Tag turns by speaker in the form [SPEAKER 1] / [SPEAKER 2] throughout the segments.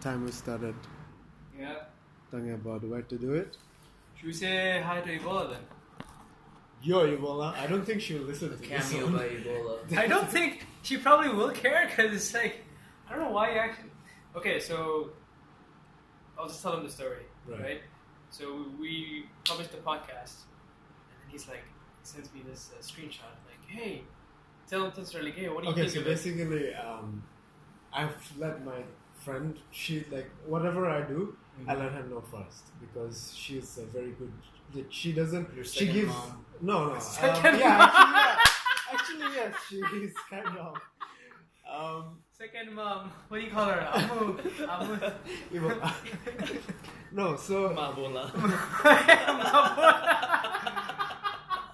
[SPEAKER 1] time we started
[SPEAKER 2] Yeah.
[SPEAKER 1] talking about where to do it.
[SPEAKER 2] Should we say hi to Ebola then?
[SPEAKER 1] Yo, Ebola, I don't think she'll listen to this
[SPEAKER 3] Cameo
[SPEAKER 1] one.
[SPEAKER 3] by Ebola.
[SPEAKER 2] I don't think she probably will care because it's like I don't know why you actually. Okay, so I'll just tell him the story,
[SPEAKER 1] Right.
[SPEAKER 2] right? So we published the podcast, and then he's like sends me this uh, screenshot, like, "Hey, tell him this really gay. What do you
[SPEAKER 1] Okay,
[SPEAKER 2] think
[SPEAKER 1] so
[SPEAKER 2] of it?"
[SPEAKER 1] basically, um, I've let my friend. She like whatever I do, I
[SPEAKER 3] Mm-hmm.
[SPEAKER 1] let her know first because she's a very good. that She doesn't.
[SPEAKER 3] Your
[SPEAKER 1] She
[SPEAKER 3] second
[SPEAKER 1] gives
[SPEAKER 3] mom.
[SPEAKER 1] no, no. um,
[SPEAKER 2] Second
[SPEAKER 1] yeah,
[SPEAKER 2] mom.
[SPEAKER 1] actually, yeah. actually, yes, she is kind of. Um,
[SPEAKER 2] Second mom, what do you call her? Amu, Amu,
[SPEAKER 1] Ebola. no, so
[SPEAKER 3] Mabola.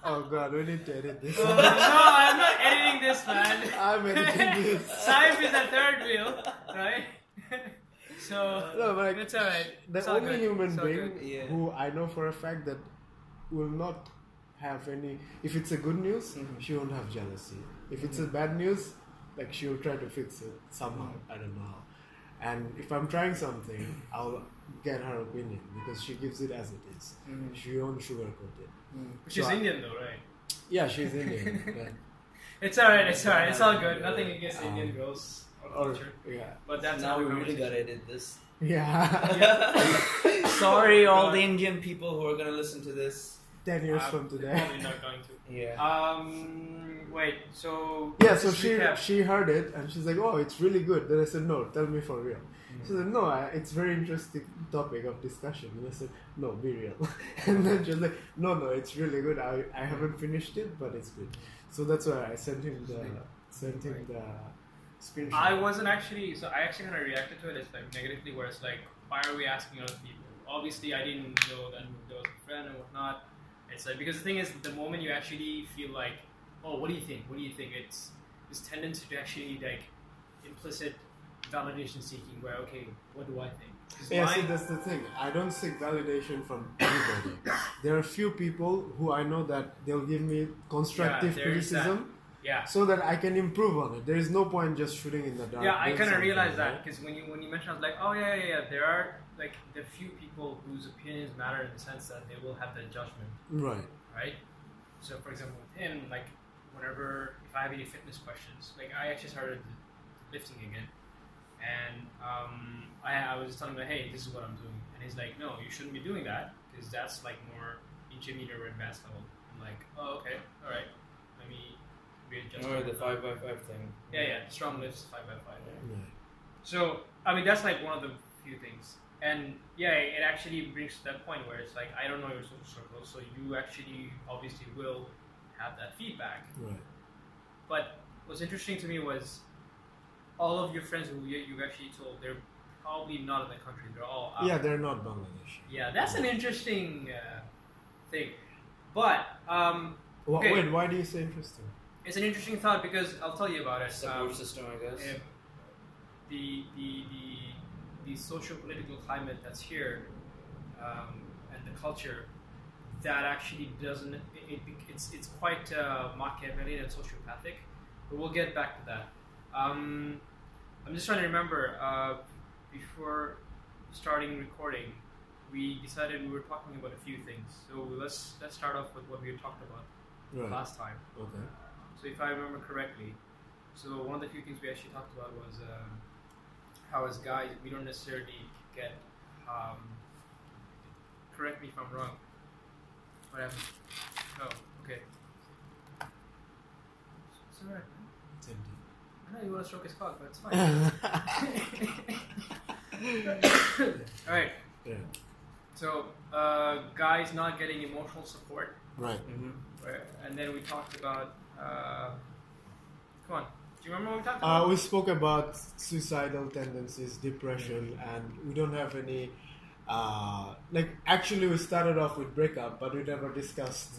[SPEAKER 1] oh god, we need to edit this.
[SPEAKER 2] no, I'm not editing this, man.
[SPEAKER 1] I'm editing this.
[SPEAKER 2] Saif is the third wheel, right? so
[SPEAKER 1] No, but
[SPEAKER 2] it's alright.
[SPEAKER 1] the
[SPEAKER 2] It's all
[SPEAKER 1] only
[SPEAKER 2] good.
[SPEAKER 1] human
[SPEAKER 2] It's all
[SPEAKER 1] being
[SPEAKER 2] good.
[SPEAKER 3] yeah.
[SPEAKER 1] who I know for a fact that will not have any. If it's a good news,
[SPEAKER 2] Mm-hmm.
[SPEAKER 1] she won't have jealousy. If it's a bad news, like she will try to fix it somehow.
[SPEAKER 2] Mm-hmm.
[SPEAKER 1] I don't know how. And if I'm trying something, I'll get her opinion because she gives it as it is.
[SPEAKER 2] Mm-hmm.
[SPEAKER 1] She won't sugarcoat it.
[SPEAKER 2] She's
[SPEAKER 1] So I-
[SPEAKER 2] Indian though, right?
[SPEAKER 1] Yeah, she's Indian. but-
[SPEAKER 2] It's alright. It's alright. It's all good.
[SPEAKER 3] Yeah.
[SPEAKER 2] Nothing against
[SPEAKER 1] Um,
[SPEAKER 2] Indian girls or
[SPEAKER 1] or
[SPEAKER 2] culture,
[SPEAKER 1] yeah,
[SPEAKER 2] but that's
[SPEAKER 3] now
[SPEAKER 2] not
[SPEAKER 3] we
[SPEAKER 2] the
[SPEAKER 3] really
[SPEAKER 2] conversation.
[SPEAKER 3] gotta edit this.
[SPEAKER 1] yeah.
[SPEAKER 3] Sorry, all the Indian people who are gonna listen to this.
[SPEAKER 1] Ten years
[SPEAKER 2] Uh,
[SPEAKER 1] from today.
[SPEAKER 2] Probably not going to.
[SPEAKER 3] Yeah.
[SPEAKER 2] Um, wait. So
[SPEAKER 1] Yeah, so
[SPEAKER 2] just
[SPEAKER 1] she
[SPEAKER 2] recap.
[SPEAKER 1] she heard it and she's like, "Oh, it's really good." Then I said, "No, tell me for real." She said, "No, I, it's very interesting topic of discussion." And I said, "No, be real." and then she was like, "No, no, it's really good. I, I haven't finished it, but it's good." So that's why I sent him the sent him the screenshot.
[SPEAKER 2] I wasn't actually. So I actually kind of reacted to it as like negatively, where it's like, why are we asking other people? Obviously, I didn't know that there was a friend and whatnot. It's like because the thing is, the moment you actually feel like, oh, what do you think? What do you think? It's this tendency to actually like implicit validation seeking, where okay, what do I think? 'Cause
[SPEAKER 1] Yeah, see,
[SPEAKER 2] mine-
[SPEAKER 1] that's the thing. I don't seek validation from anybody. there are few people who I know that they'll give me constructive
[SPEAKER 2] there is that.
[SPEAKER 1] criticism
[SPEAKER 2] yeah.
[SPEAKER 1] so that I can improve on it. There is no point just shooting in the dark.
[SPEAKER 2] Yeah, I
[SPEAKER 1] doing
[SPEAKER 2] kind of
[SPEAKER 1] something,
[SPEAKER 2] realized
[SPEAKER 1] right?
[SPEAKER 2] that because when you when you mentioned, I was like, oh yeah, yeah, yeah. There are like the few people whose opinions matter in the sense that they will have that judgment,
[SPEAKER 1] Right.
[SPEAKER 2] right? So, for example, with him, like whenever if I have any fitness questions, like I actually started lifting again, and um, I, I was telling him, hey, this is what I'm doing, and he's like, no, you shouldn't be doing that because that's like more intermediate or advanced level. I'm like, oh okay, all right, let me readjust.
[SPEAKER 3] Or
[SPEAKER 2] my-
[SPEAKER 3] the 5x5 thing.
[SPEAKER 2] yeah, yeah, strong lifts, five by five.
[SPEAKER 1] right.
[SPEAKER 2] So I mean, that's like one of the few things, and yeah, it actually brings to that point where it's like I don't know your social circle, so you actually obviously will have that feedback.
[SPEAKER 1] Right.
[SPEAKER 2] But what's interesting to me was all of your friends who you, you actually told they're probably not in the country; they're all out.
[SPEAKER 1] Yeah, they're not Bangladesh.
[SPEAKER 2] yeah. That's an interesting uh, thing, but um,
[SPEAKER 1] Wh-
[SPEAKER 2] Okay.
[SPEAKER 1] Wait, why do you say interesting?
[SPEAKER 2] it's an interesting thought because I'll tell you about it.
[SPEAKER 3] Support
[SPEAKER 2] Um,
[SPEAKER 3] system, I guess.
[SPEAKER 2] if the the the the social political climate that's here um, and the culture that actually doesn't it, it, it's it's quite uh, Machiavellian and sociopathic, but we'll get back to that. Um, I'm just trying to remember uh, before starting recording, we decided we were talking about a few things. So let's let's start off with what we had talked about
[SPEAKER 1] Right.
[SPEAKER 2] last time.
[SPEAKER 1] Okay.
[SPEAKER 2] So if I remember correctly, so one of the few things we actually talked about was um, how as guys we don't necessarily get. Um, correct me if I'm wrong. What happened? Oh, okay. It's alright. man. I know you want to stroke his cock, but it's fine. all right.
[SPEAKER 1] yeah.
[SPEAKER 2] So uh, guys not getting emotional support,
[SPEAKER 1] Right.
[SPEAKER 3] hmm
[SPEAKER 2] right? and then we talked about. Uh, come on. Do you remember what we talked about?
[SPEAKER 1] Uh, we spoke about suicidal tendencies, depression, and we don't have any. Uh, like, actually, we started off with breakup, but we never discussed.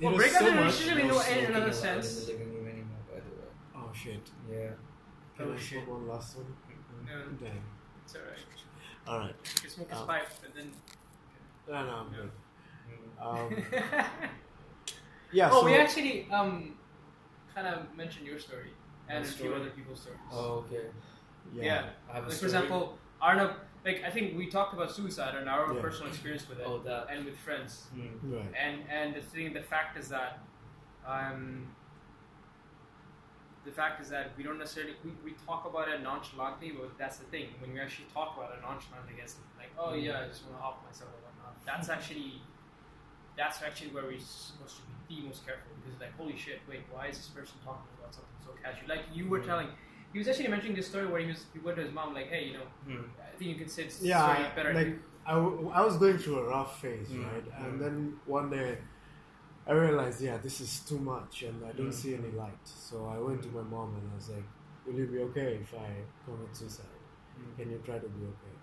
[SPEAKER 1] It
[SPEAKER 2] Well,
[SPEAKER 1] was
[SPEAKER 2] breakup
[SPEAKER 1] so
[SPEAKER 2] is
[SPEAKER 1] much-
[SPEAKER 2] usually- Actually, no, in
[SPEAKER 3] smoking
[SPEAKER 2] another
[SPEAKER 3] allowed
[SPEAKER 2] sense-
[SPEAKER 3] In the living room anymore, by the
[SPEAKER 1] Oh shit!
[SPEAKER 3] way. Yeah. Mm-hmm.
[SPEAKER 1] Can
[SPEAKER 2] Oh,
[SPEAKER 1] I
[SPEAKER 2] shit.
[SPEAKER 1] smoke one last one?
[SPEAKER 2] No.
[SPEAKER 1] Damn.
[SPEAKER 2] It's alright.
[SPEAKER 1] All right.
[SPEAKER 2] You can smoke a
[SPEAKER 1] Oh.
[SPEAKER 2] pipe, but then.
[SPEAKER 1] No, no, I'm
[SPEAKER 2] Yeah.
[SPEAKER 1] good. Um, yeah.
[SPEAKER 2] oh,
[SPEAKER 1] so,
[SPEAKER 2] we actually um, kind of mentioned your story and
[SPEAKER 3] My
[SPEAKER 2] a few
[SPEAKER 3] story?
[SPEAKER 2] other people's stories.
[SPEAKER 3] Oh, okay.
[SPEAKER 2] yeah.
[SPEAKER 1] yeah.
[SPEAKER 3] I have a
[SPEAKER 2] Like, for
[SPEAKER 3] story.
[SPEAKER 2] example, Arnab like I think we talked about suicide and our own
[SPEAKER 1] Yeah.
[SPEAKER 2] personal experience with it,
[SPEAKER 3] Oh, that.
[SPEAKER 2] and with friends.
[SPEAKER 3] Mm.
[SPEAKER 1] Right.
[SPEAKER 2] And and the thing, the fact is that, um, the fact is that we don't necessarily we, we talk about it nonchalantly, but that's the thing. When we actually talk about it nonchalantly, it's like, oh
[SPEAKER 3] Mm.
[SPEAKER 2] yeah, I just want to off myself or whatnot. That's actually, that's actually where we're supposed to be the most careful because like, holy shit, wait, why is this person talking about something so casual? Like you were
[SPEAKER 3] Mm.
[SPEAKER 2] telling, he was actually mentioning this story where he was he went to his mom like, hey, you know,
[SPEAKER 3] Mm-hmm.
[SPEAKER 2] I think you can say this story
[SPEAKER 1] Yeah, I-
[SPEAKER 2] better.
[SPEAKER 1] like I, w- I was going through a rough phase,
[SPEAKER 3] Mm,
[SPEAKER 1] right?
[SPEAKER 3] mm.
[SPEAKER 1] And then one day I realized, yeah, this is too much and I don't
[SPEAKER 3] Mm,
[SPEAKER 1] see any light. So I went to my mom and I was like, Will you be okay if I commit suicide?
[SPEAKER 3] Mm.
[SPEAKER 1] Can you try to be okay?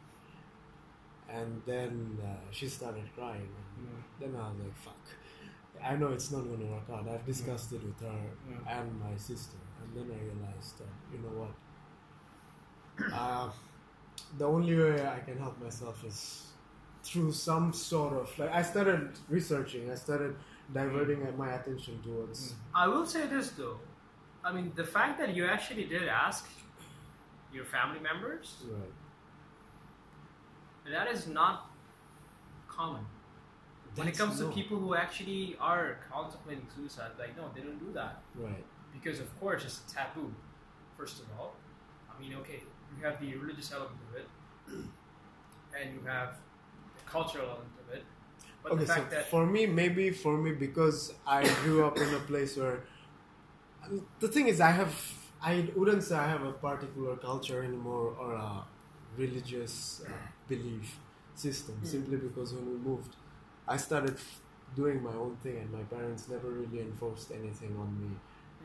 [SPEAKER 1] And then uh, she started crying. And
[SPEAKER 2] mm-hmm.
[SPEAKER 3] Mm.
[SPEAKER 1] Then I was like, fuck. I know it's not going to work out. I've discussed it with her
[SPEAKER 3] Mm.
[SPEAKER 1] and my sister. And then I realized that, you know what? Uh, the only way I can help myself is through some sort of. Like, I started researching, I started diverting my attention towards.
[SPEAKER 2] I will say this though. I mean, the fact that you actually did ask your family members,
[SPEAKER 1] Right.
[SPEAKER 2] that is not common. when it
[SPEAKER 1] That's
[SPEAKER 2] comes
[SPEAKER 1] no-
[SPEAKER 2] to people who actually are contemplating suicide, like, no, they don't do that.
[SPEAKER 1] Right.
[SPEAKER 2] Because, of course, it's a taboo, first of all. I mean, okay, you have the religious element of it, and you have the cultural element of it. But
[SPEAKER 1] okay,
[SPEAKER 2] the
[SPEAKER 1] so
[SPEAKER 2] fact that.
[SPEAKER 1] for me, maybe for me, because I grew up in a place where the thing is, I have, I wouldn't say I have a particular culture anymore or a religious uh, belief system.
[SPEAKER 2] Hmm.
[SPEAKER 1] Simply because when we moved, I started f- doing my own thing, and my parents never really enforced anything on me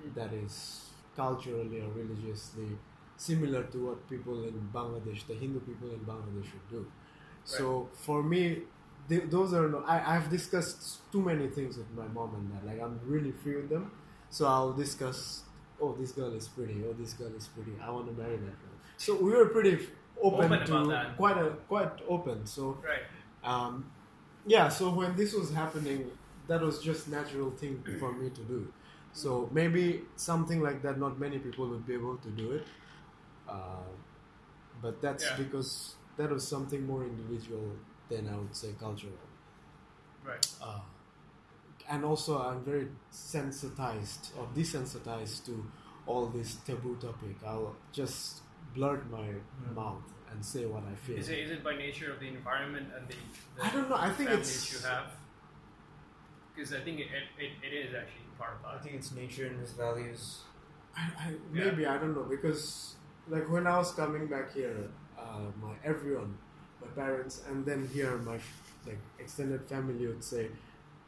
[SPEAKER 2] Hmm.
[SPEAKER 1] that is culturally or religiously similar to what people in Bangladesh, the Hindu people in Bangladesh, should do. So for me, th- those are no, I, I've discussed too many things with my mom and dad. Like I'm really free with them. So I'll discuss. Oh, this girl is pretty. Oh, this girl is pretty. I want to marry that girl. So we were pretty f- open,
[SPEAKER 2] Open about
[SPEAKER 1] to
[SPEAKER 2] that.
[SPEAKER 1] quite a quite open. So
[SPEAKER 2] right.
[SPEAKER 1] um, yeah so when this was happening that was just natural thing for me to do so maybe something like that not many people would be able to do it uh, but that's
[SPEAKER 2] Yeah.
[SPEAKER 1] because that was something more individual than i would say cultural
[SPEAKER 2] Right.
[SPEAKER 1] uh, and also i'm very sensitized or desensitized to all this taboo topic i'll just blurt my mouth and say what i feel
[SPEAKER 2] Mm. Is it, is it by nature of the environment and the, the
[SPEAKER 1] i don't know i think
[SPEAKER 2] families
[SPEAKER 1] it's
[SPEAKER 2] you have? Because I think it, it, it is actually part
[SPEAKER 3] I
[SPEAKER 2] of that.
[SPEAKER 3] think it's nature and his values.
[SPEAKER 1] I, I, maybe I don't know because like when I was coming back here, uh, my everyone, my parents, and then here my like extended family would say,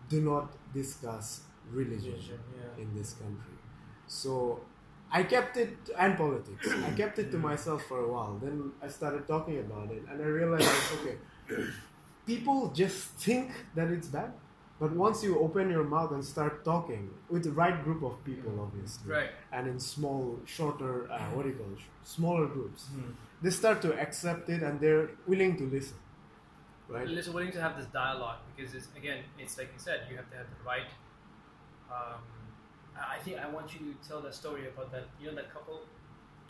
[SPEAKER 1] do not discuss religion
[SPEAKER 3] yeah.
[SPEAKER 1] in this country. So I kept it and politics. I kept it to myself for a while. Then I started talking about it, and I realized like, okay, people just think that it's bad. But once you open your mouth and start talking with the right group of people, obviously,
[SPEAKER 2] Right.
[SPEAKER 1] and in small, shorter,
[SPEAKER 2] Mm.
[SPEAKER 1] uh, what do you call it, smaller groups, they start to accept it and they're willing to listen, right?
[SPEAKER 2] Listen, willing to have this dialogue because it's again, it's like you said, you have to have the right. Um, I I think I want you to tell that story about that. You know that couple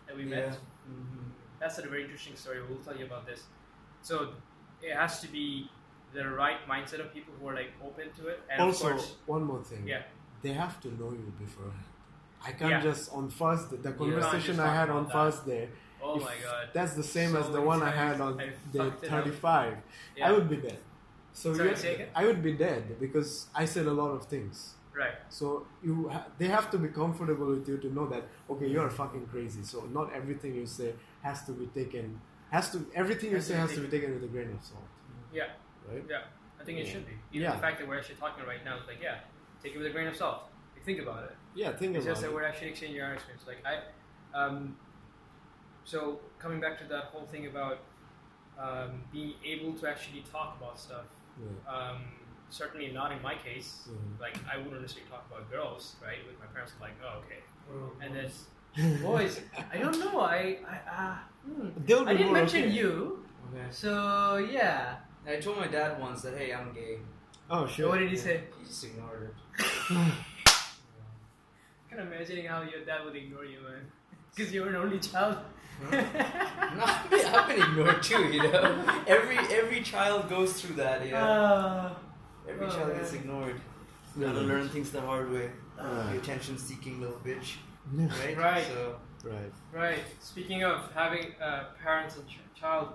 [SPEAKER 2] that we met.
[SPEAKER 3] Mm-hmm.
[SPEAKER 2] That's a very interesting story. We'll tell you about this. So it has to be the right mindset of people who are like open to it, and
[SPEAKER 1] also,
[SPEAKER 2] of course,
[SPEAKER 1] one more thing.
[SPEAKER 2] yeah.
[SPEAKER 1] they have to know you beforehand. I can't
[SPEAKER 2] Yeah.
[SPEAKER 1] just on first day, the
[SPEAKER 2] can't just
[SPEAKER 1] conversation I
[SPEAKER 2] talk
[SPEAKER 1] had
[SPEAKER 2] about
[SPEAKER 1] on
[SPEAKER 2] that.
[SPEAKER 1] first day.
[SPEAKER 2] Oh
[SPEAKER 1] if
[SPEAKER 2] my god.
[SPEAKER 1] That's the same
[SPEAKER 2] So
[SPEAKER 1] as the
[SPEAKER 2] many
[SPEAKER 1] one I
[SPEAKER 2] times
[SPEAKER 1] had on
[SPEAKER 2] I
[SPEAKER 1] day
[SPEAKER 2] fucked it up.
[SPEAKER 1] thirty-five.
[SPEAKER 2] Yeah.
[SPEAKER 1] I would be dead. So
[SPEAKER 2] Sorry,
[SPEAKER 1] yeah,
[SPEAKER 2] say again?
[SPEAKER 1] I would be dead because I said a lot of things.
[SPEAKER 2] Right.
[SPEAKER 1] So you, ha- they have to be comfortable with you to know that okay, you're fucking crazy. So not everything you say has to be taken. Has to everything you
[SPEAKER 2] Has to
[SPEAKER 1] say
[SPEAKER 2] be
[SPEAKER 1] has to be taken with a grain of salt,
[SPEAKER 2] Yeah.
[SPEAKER 1] right?
[SPEAKER 2] Yeah, I think it
[SPEAKER 1] Yeah.
[SPEAKER 2] should be. Even
[SPEAKER 1] Yeah.
[SPEAKER 2] the fact that we're actually talking right now is like, yeah, take it with a grain of salt. Like, think about it.
[SPEAKER 1] Yeah, think
[SPEAKER 2] It's
[SPEAKER 1] about
[SPEAKER 2] just
[SPEAKER 1] it.
[SPEAKER 2] that we're actually exchanging our experience. Like, I, um, so coming back to that whole thing about um, being able to actually talk about stuff.
[SPEAKER 1] Yeah.
[SPEAKER 2] Um, certainly not in my case.
[SPEAKER 1] Mhm.
[SPEAKER 2] Like, I wouldn't necessarily talk about girls, right? With my parents, like, oh, okay. And then boys, I don't know. I, I, uh, hmm.
[SPEAKER 1] They'll be
[SPEAKER 2] I didn't
[SPEAKER 1] more
[SPEAKER 2] mention
[SPEAKER 1] okay.
[SPEAKER 2] you,
[SPEAKER 3] Okay.
[SPEAKER 2] so yeah.
[SPEAKER 3] I told my dad once that hey, I'm gay.
[SPEAKER 1] Oh
[SPEAKER 2] So
[SPEAKER 1] sure.
[SPEAKER 2] what did he say?
[SPEAKER 3] He just ignored
[SPEAKER 2] kind of imagining how your dad would ignore you, man. Because you're an only child.
[SPEAKER 3] No, I've been, I've been ignored too. You know, every every child goes through that. You know,
[SPEAKER 2] Uh,
[SPEAKER 3] every
[SPEAKER 2] oh,
[SPEAKER 3] child gets
[SPEAKER 2] yeah.
[SPEAKER 3] ignored.
[SPEAKER 1] Yeah.
[SPEAKER 3] Gotta learn things the hard way.
[SPEAKER 1] Ah.
[SPEAKER 3] You attention-seeking little bitch,
[SPEAKER 1] Yeah.
[SPEAKER 3] right?
[SPEAKER 2] Right.
[SPEAKER 3] So
[SPEAKER 1] Right.
[SPEAKER 2] right. Speaking of having uh, parents and ch- child,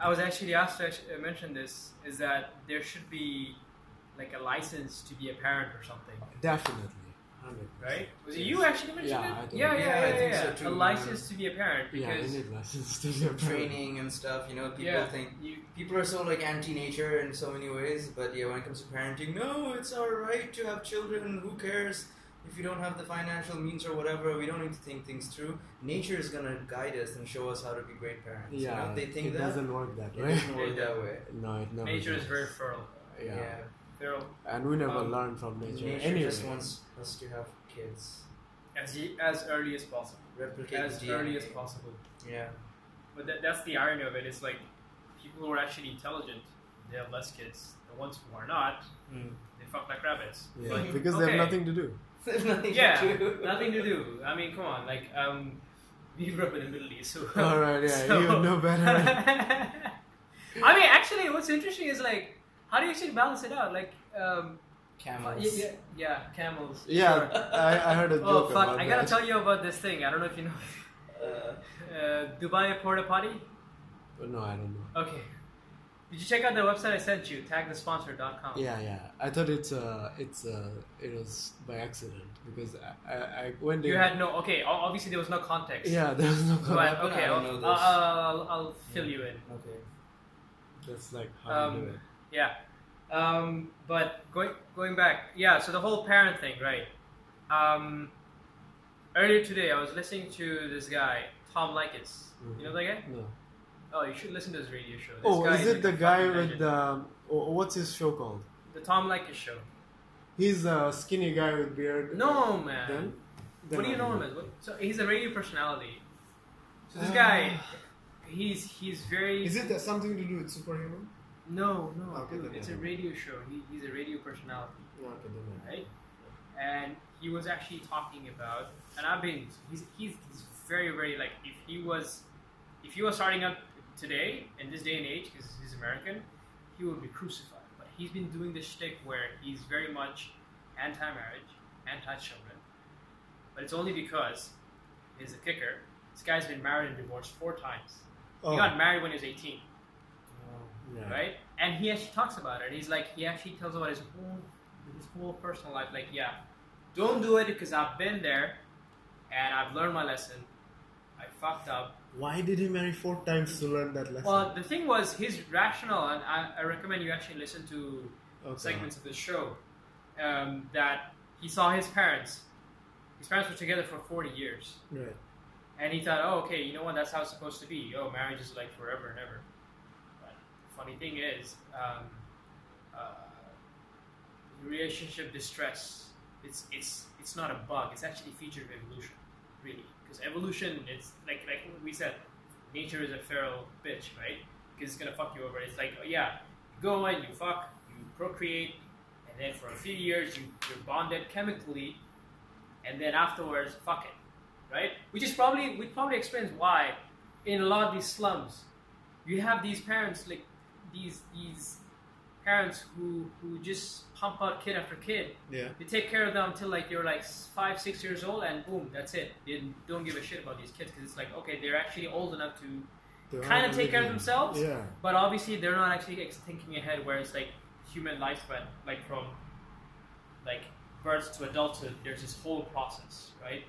[SPEAKER 2] I was actually asked to actually uh, mention this is that there should be like a license to be a parent or something,
[SPEAKER 1] Definitely. 100%.
[SPEAKER 2] right? Was it you actually mentioned
[SPEAKER 1] Yeah, I
[SPEAKER 2] it?
[SPEAKER 1] did.
[SPEAKER 2] yeah, yeah,
[SPEAKER 3] Yeah, I
[SPEAKER 2] yeah,
[SPEAKER 3] think
[SPEAKER 2] yeah.
[SPEAKER 3] so too.
[SPEAKER 2] A license to be a parent
[SPEAKER 1] Yeah, I
[SPEAKER 2] because
[SPEAKER 1] need license to be a parent.
[SPEAKER 3] training and stuff. You know, people
[SPEAKER 2] yeah,
[SPEAKER 3] think
[SPEAKER 2] you
[SPEAKER 3] people are so like anti-nature in so many ways. But yeah, when it comes to parenting, no, it's our right to have children. Who cares? If you don't have the financial means or whatever, we don't need to think things through. Nature is gonna guide us and show us how to be great parents. You
[SPEAKER 1] Yeah,
[SPEAKER 3] know, they think
[SPEAKER 1] it
[SPEAKER 3] that
[SPEAKER 1] doesn't work that
[SPEAKER 3] it
[SPEAKER 1] way.
[SPEAKER 3] doesn't work that way.
[SPEAKER 1] No, it never.
[SPEAKER 2] nature
[SPEAKER 1] does.
[SPEAKER 2] is very fertile.
[SPEAKER 1] Yeah.
[SPEAKER 3] yeah.
[SPEAKER 2] Feral.
[SPEAKER 1] and we never
[SPEAKER 2] Um,
[SPEAKER 1] learn from nature.
[SPEAKER 3] Nature
[SPEAKER 1] anyway.
[SPEAKER 3] just wants us to have kids.
[SPEAKER 2] As, ye- as early as possible.
[SPEAKER 3] Replicate
[SPEAKER 2] As
[SPEAKER 3] DNA.
[SPEAKER 2] early as possible.
[SPEAKER 3] Yeah.
[SPEAKER 2] But that, that's the irony of it. It's like people who are actually intelligent, they have less kids. The ones who are not,
[SPEAKER 1] Mm.
[SPEAKER 2] they fuck like rabbits.
[SPEAKER 1] yeah,
[SPEAKER 2] But,
[SPEAKER 1] because they
[SPEAKER 2] okay,
[SPEAKER 1] have nothing to do.
[SPEAKER 3] There's nothing
[SPEAKER 2] Yeah,
[SPEAKER 3] to do.
[SPEAKER 2] nothing to do. I mean, come on. Like, um, we grew up in the Middle East. So,
[SPEAKER 1] All right, yeah,
[SPEAKER 2] so-
[SPEAKER 1] you would know better.
[SPEAKER 2] I mean, actually, what's interesting is like, how do you actually balance it out? Like, um,
[SPEAKER 3] Camels.
[SPEAKER 2] Yeah, yeah, yeah, camels.
[SPEAKER 1] yeah,
[SPEAKER 2] sure.
[SPEAKER 1] I, I heard a
[SPEAKER 2] Oh
[SPEAKER 1] joke
[SPEAKER 2] fuck!
[SPEAKER 1] about
[SPEAKER 2] I gotta
[SPEAKER 1] that.
[SPEAKER 2] tell you about this thing. I don't know if you know.
[SPEAKER 3] Uh,
[SPEAKER 2] Uh, Dubai porta potty.
[SPEAKER 1] But no, I don't know.
[SPEAKER 2] Okay. Did you check out the website I sent you? Tagthesponsor.com.
[SPEAKER 1] Yeah, yeah. I thought it's uh, it's uh, it was by accident because I, I, I went in.
[SPEAKER 2] You had no. Okay. o- Obviously, there was no context.
[SPEAKER 1] yeah, there was no.
[SPEAKER 2] But
[SPEAKER 3] happened?
[SPEAKER 2] okay, uh,
[SPEAKER 3] I
[SPEAKER 2] I'll,
[SPEAKER 3] don't know this.
[SPEAKER 2] I'll, I'll, I'll fill you in.
[SPEAKER 3] okay.
[SPEAKER 1] That's like how you do
[SPEAKER 2] Um, Yeah. Um, but going going back, yeah. So the whole parent thing, right? Um, earlier today, I was listening to this guy, Tom Likis. You know that guy?
[SPEAKER 1] it. No.
[SPEAKER 2] Oh, you should listen to his radio show. This
[SPEAKER 1] Mm-hmm. Oh,
[SPEAKER 2] guy
[SPEAKER 1] is it
[SPEAKER 2] like
[SPEAKER 1] the
[SPEAKER 2] a
[SPEAKER 1] guy
[SPEAKER 2] fucking
[SPEAKER 1] with
[SPEAKER 2] legend.
[SPEAKER 1] the? Um, oh, what's his show called?
[SPEAKER 2] the Tom Likis show?
[SPEAKER 1] He's a skinny guy with beard.
[SPEAKER 2] No man.
[SPEAKER 1] Then,
[SPEAKER 2] what do you know him as? What, so he's a radio personality. So
[SPEAKER 1] Ah.
[SPEAKER 2] this guy, he's he's very.
[SPEAKER 4] Is it that something to do with superhuman?
[SPEAKER 2] No, no,
[SPEAKER 4] Okay,
[SPEAKER 2] dude,
[SPEAKER 4] then
[SPEAKER 2] it's a
[SPEAKER 1] yeah.
[SPEAKER 2] radio show. He, he's a radio personality,
[SPEAKER 1] No, okay, then I-
[SPEAKER 2] right? And he was actually talking about, and I've been. He's he's, he's very very like if he was, if he was starting up today in this day and age because he's American, he would be crucified. But he's been doing this shtick where he's very much anti-marriage, anti-children. But it's only because he's a kicker. This guy's been married and divorced four times.
[SPEAKER 1] Oh.
[SPEAKER 2] He got married when he was 18
[SPEAKER 1] yeah.
[SPEAKER 2] right? And he actually talks about it. He's like, he actually tells about his whole, his whole personal life. Like, yeah, don't do it because I've been there, and I've learned my lesson. I fucked up.
[SPEAKER 1] Why did he marry four times to learn that lesson?
[SPEAKER 2] Well, the thing was, his rational, and I, I recommend you actually listen to
[SPEAKER 1] Okay.
[SPEAKER 2] segments of the show. Um, that he saw his parents. His parents were together for forty years.
[SPEAKER 1] Right.
[SPEAKER 2] And he thought, oh, okay, you know what? That's how it's supposed to be. Oh, marriage is like forever and ever. But funny thing is, um, uh, relationship distress. It's it's it's not a bug. It's actually a feature of evolution, really. Because evolution, it's like like we said, nature is a feral bitch, right? Because it's gonna fuck you over. It's like, oh, yeah, you go and you fuck, you procreate, and then for a few years you, you're bonded chemically, and then afterwards, fuck it right? Which is probably which probably explains why in a lot of these slums you have these parents like these these parents who who just pump out kid after kid.
[SPEAKER 1] Yeah.
[SPEAKER 2] They take care of them until like you're like s- five six years old and boom that's it. They don't give a shit about these kids because it's like okay they're actually old enough to
[SPEAKER 1] They
[SPEAKER 2] kind
[SPEAKER 1] are
[SPEAKER 2] of take care of
[SPEAKER 1] living.
[SPEAKER 2] themselves.
[SPEAKER 1] Yeah.
[SPEAKER 2] But obviously, they're not actually ex- thinking ahead where it's like human lifespan, like from like birth to adulthood. There's this whole process, right?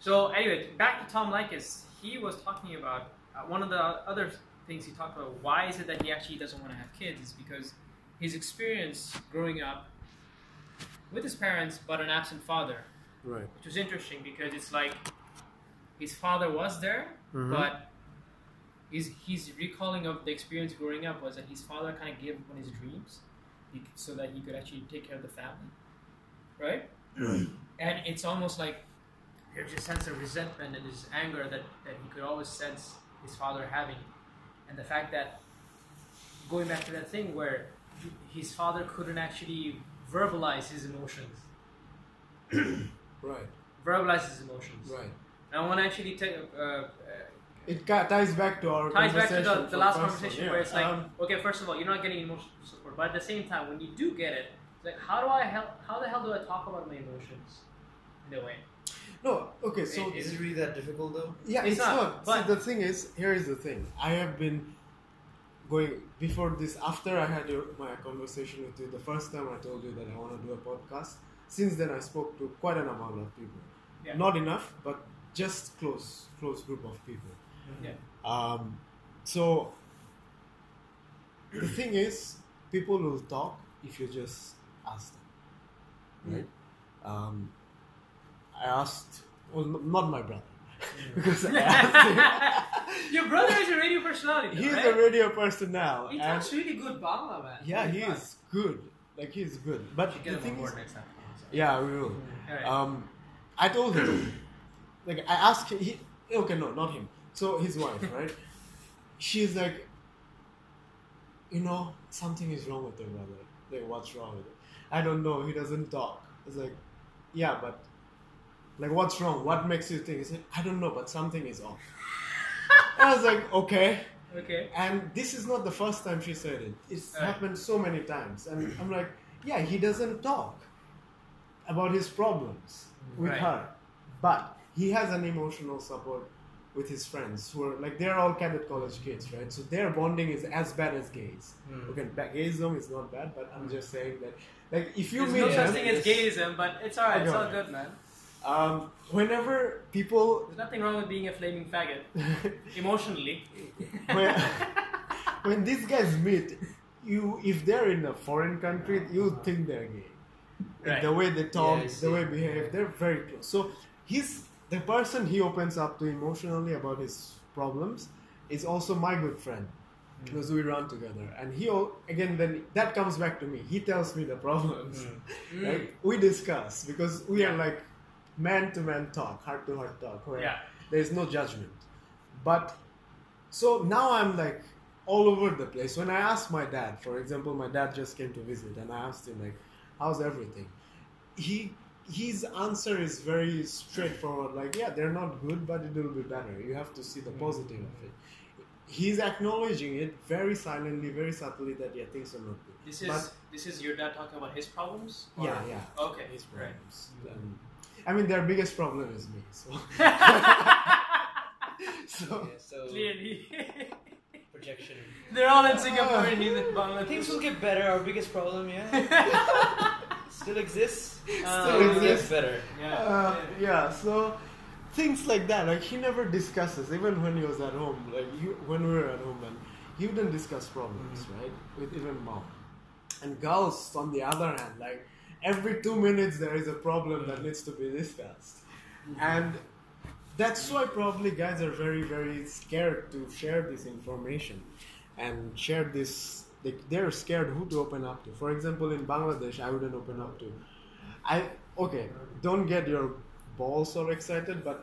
[SPEAKER 2] So anyway, back to Tom Likas. He was talking about uh, one of the other things he talked about. Why is it that he actually doesn't want to have kids? Is because his experience growing up with his parents, but an absent father,
[SPEAKER 1] Right.
[SPEAKER 2] which was interesting because it's like his father was there,
[SPEAKER 1] Mhm.
[SPEAKER 2] but his he's recalling of the experience growing up was that his father kind of gave up on his dreams he- so that he could actually take care of the family, right? and it's almost like there's a sense of resentment and this anger that, that he could always sense his father having, and the fact that going back to that thing where his father couldn't actually verbalize his emotions,
[SPEAKER 1] Right.
[SPEAKER 2] verbalize his emotions
[SPEAKER 1] Right.
[SPEAKER 2] I want to actually take. Uh, uh,
[SPEAKER 1] It ca- ties back to our
[SPEAKER 2] ties back to the,
[SPEAKER 1] conversation
[SPEAKER 2] the
[SPEAKER 1] from
[SPEAKER 2] last
[SPEAKER 1] first one,
[SPEAKER 2] conversation
[SPEAKER 1] yeah.
[SPEAKER 2] where it's like,
[SPEAKER 1] Um,
[SPEAKER 2] okay, first of all, you're not getting emotional support, but at the same time, when you do get it, it's like, how do I help? How the hell do I talk about my emotions? In a way,
[SPEAKER 1] no, okay, so
[SPEAKER 3] is it really that difficult though?
[SPEAKER 1] Yeah,
[SPEAKER 2] It's
[SPEAKER 1] it's,
[SPEAKER 2] not,
[SPEAKER 1] not.
[SPEAKER 2] but-
[SPEAKER 1] See, the thing is, here is the thing. I have been going before this. After I had your, my conversation with you the first time, I told you that I want to do a podcast. Since then, I spoke to quite an amount of people.
[SPEAKER 2] Yeah.
[SPEAKER 1] Not enough, but just close, close group of people.
[SPEAKER 2] yeah,
[SPEAKER 1] Um, so the thing is, people will talk if you just ask them, right? Um, I asked, well, n- not my brother, because I asked him.
[SPEAKER 2] your brother is a radio personality. though,
[SPEAKER 1] he's
[SPEAKER 2] right?
[SPEAKER 1] a radio person now,
[SPEAKER 2] He
[SPEAKER 1] and
[SPEAKER 2] talks really good Bangla, man.
[SPEAKER 1] yeah,
[SPEAKER 2] Really
[SPEAKER 1] he
[SPEAKER 2] fun.
[SPEAKER 1] is good. Like he's good, but
[SPEAKER 2] Should
[SPEAKER 1] the
[SPEAKER 2] Get him on
[SPEAKER 1] thing is,
[SPEAKER 2] board next time.
[SPEAKER 1] yeah, we will.
[SPEAKER 2] Alright.
[SPEAKER 1] Um, I told him, like, I asked him, he, okay, no, not him. So his wife, right? She's like, you know, something is wrong with your brother. Like, what's wrong with it? I don't know. He doesn't talk. It's like, yeah, but like, what's wrong? What makes you think? He said, I don't know, but something is off. I was like, okay.
[SPEAKER 2] okay.
[SPEAKER 1] And this is not the first time she said it. It's
[SPEAKER 2] Right.
[SPEAKER 1] happened so many times. And I'm like, yeah, he doesn't talk about his problems with
[SPEAKER 2] Right.
[SPEAKER 1] her. But he has an emotional support with his friends who are like, they're all cadet college kids, right? So their bonding is as bad as gays.
[SPEAKER 3] Hmm.
[SPEAKER 1] Okay, ba- gayism is not bad, but I'm just saying that, like, if you
[SPEAKER 2] Hmm. There's
[SPEAKER 1] meet
[SPEAKER 2] no such
[SPEAKER 1] them,
[SPEAKER 2] thing as gayism, but it's alright. It's
[SPEAKER 1] Okay.
[SPEAKER 2] all good, man.
[SPEAKER 1] um, whenever people.
[SPEAKER 2] There's nothing wrong with being a flaming faggot emotionally.
[SPEAKER 1] when, when these guys meet, you if they're in a foreign country, you think they're gay. Like,
[SPEAKER 2] Right.
[SPEAKER 1] The way they talk,
[SPEAKER 3] Yeah, I
[SPEAKER 1] the
[SPEAKER 3] see.
[SPEAKER 1] way they behave, they're very close. So he's the person he opens up to emotionally about his problems is also my good friend because we run together. And he al- again then that comes back to me. He tells me the problems. Right? We discuss because we are like man to man talk, heart to heart talk. Where
[SPEAKER 2] Yeah.
[SPEAKER 1] There's no judgment. But so now I'm like all over the place. When I ask my dad, for example, my dad just came to visit and I asked him like, how's everything? He his answer is very straightforward, like, yeah, they're not good, but it will be better. You have to see
[SPEAKER 2] Mm-hmm.
[SPEAKER 1] the positive of it. He's acknowledging it very silently, very subtly that yeah, things are not good.
[SPEAKER 2] This is
[SPEAKER 1] But-
[SPEAKER 2] this is your dad talking about his problems. Or-
[SPEAKER 1] yeah, yeah.
[SPEAKER 2] Okay.
[SPEAKER 1] His
[SPEAKER 2] Right.
[SPEAKER 1] problems. Um, I mean, their biggest problem is me. So, so
[SPEAKER 3] Yeah, so
[SPEAKER 2] Clearly,
[SPEAKER 3] projection.
[SPEAKER 2] they're all in Singapore and he's in Bangladesh.
[SPEAKER 3] Things will get better. Our biggest problem, yeah, still exists.
[SPEAKER 2] Still
[SPEAKER 3] will get
[SPEAKER 1] exists.
[SPEAKER 3] better.
[SPEAKER 1] uh,
[SPEAKER 2] yeah.
[SPEAKER 1] yeah, so things like that. Like he never discusses, even when he was at home. Like you, when we were at home, and he wouldn't discuss problems,
[SPEAKER 2] Mm-hmm.
[SPEAKER 1] right? With even mom. And girls, on the other hand, like every two minutes there is a problem
[SPEAKER 2] Mm-hmm.
[SPEAKER 1] that needs to be discussed, and that's why probably guys are very very scared to share this information and share this they, they're scared who to open up to for example in bangladesh i wouldn't open up to i okay don't get your balls all excited but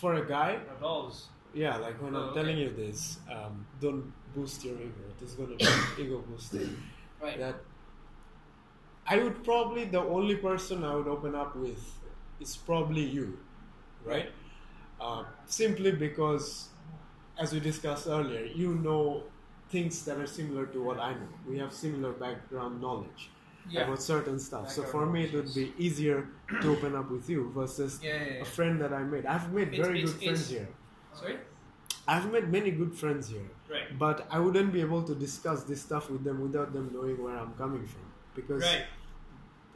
[SPEAKER 1] for a guy
[SPEAKER 2] My balls.
[SPEAKER 1] yeah like when
[SPEAKER 2] Oh,
[SPEAKER 1] i'm
[SPEAKER 2] okay.
[SPEAKER 1] telling you this um, don't boost your ego it's going to be ego boosting
[SPEAKER 2] Right.
[SPEAKER 1] that I would probably the only person I would open up with is probably you, right? Uh, simply because, as we discussed earlier, you know things that are similar to what I know. We have similar background knowledge
[SPEAKER 2] Yeah.
[SPEAKER 1] about certain stuff. So
[SPEAKER 2] Background
[SPEAKER 1] for me, it would be easier to open up with you versus
[SPEAKER 2] Yeah, yeah, yeah.
[SPEAKER 1] a friend that I made. I've made
[SPEAKER 2] It's-
[SPEAKER 1] very
[SPEAKER 2] it's-
[SPEAKER 1] good friends
[SPEAKER 2] it's-
[SPEAKER 1] here.
[SPEAKER 2] Sorry.
[SPEAKER 1] I've made many good friends here,
[SPEAKER 2] Right.
[SPEAKER 1] but I wouldn't be able to discuss this stuff with them without them knowing where I'm coming from. Because,
[SPEAKER 2] Right.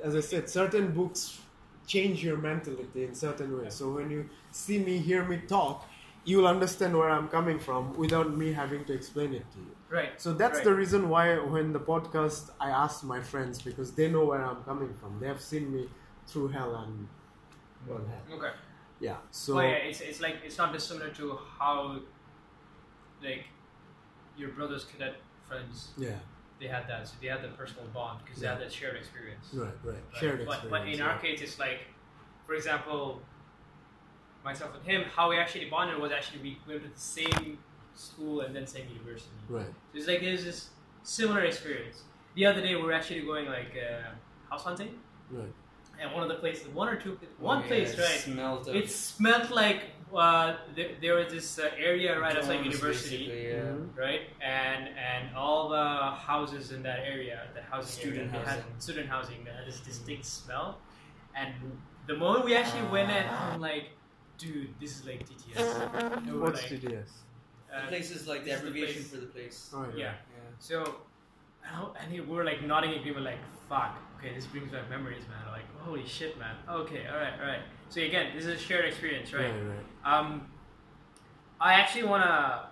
[SPEAKER 1] as I said, certain books change your mentality in certain ways. So when you see me, hear me talk, you'll understand where I'm coming from without me having to explain it to you.
[SPEAKER 2] Right.
[SPEAKER 1] So that's
[SPEAKER 2] right.
[SPEAKER 1] the reason why when the podcast, I asked my friends because they know where I'm coming from. They have seen me through hell and well, hell.
[SPEAKER 2] Okay.
[SPEAKER 1] Yeah. So
[SPEAKER 2] oh yeah, it's, it's like it's not dissimilar to how, like, your brother's cadet friends
[SPEAKER 1] yeah,
[SPEAKER 2] they had that, so they had that personal bond because
[SPEAKER 1] Yeah.
[SPEAKER 2] they had that shared experience.
[SPEAKER 1] right, right.
[SPEAKER 2] Right?
[SPEAKER 1] Shared
[SPEAKER 2] but,
[SPEAKER 1] experience.
[SPEAKER 2] but in
[SPEAKER 1] yeah.
[SPEAKER 2] our case, it's like, for example, myself and him, how we actually bonded was actually we went to the same school and then same university.
[SPEAKER 1] right.
[SPEAKER 2] So it's like there's this similar experience. The other day, we were actually going like uh, house hunting,
[SPEAKER 1] Right.
[SPEAKER 2] and one of the places, one or two, one
[SPEAKER 3] One
[SPEAKER 2] place, right?
[SPEAKER 3] Smelt of
[SPEAKER 2] It smelled like uh, there, there was this uh, area right outside
[SPEAKER 3] drones,
[SPEAKER 2] university, Mm-hmm.
[SPEAKER 3] basically, Yeah.
[SPEAKER 2] right? And and all the houses in that area, the housing area,
[SPEAKER 3] Student
[SPEAKER 2] they had
[SPEAKER 3] housing. Mm.
[SPEAKER 2] student housing, that had this distinct smell. And the moment we actually went in, I'm like, dude, this is like TTS. And we were
[SPEAKER 1] What's
[SPEAKER 2] like,
[SPEAKER 1] TDS?
[SPEAKER 2] uh,
[SPEAKER 3] the place is like the
[SPEAKER 2] this is the
[SPEAKER 3] abbreviation
[SPEAKER 2] place.
[SPEAKER 3] for the place.
[SPEAKER 1] Oh,
[SPEAKER 2] yeah.
[SPEAKER 3] Yeah.
[SPEAKER 2] So, and I- and we were like nodding in agreement, like, fuck, okay, this brings back memories, man. Like, holy shit, man. Okay, all right, all right. So, again, this is a shared experience, right?
[SPEAKER 1] Right, right.
[SPEAKER 2] Um, I actually want to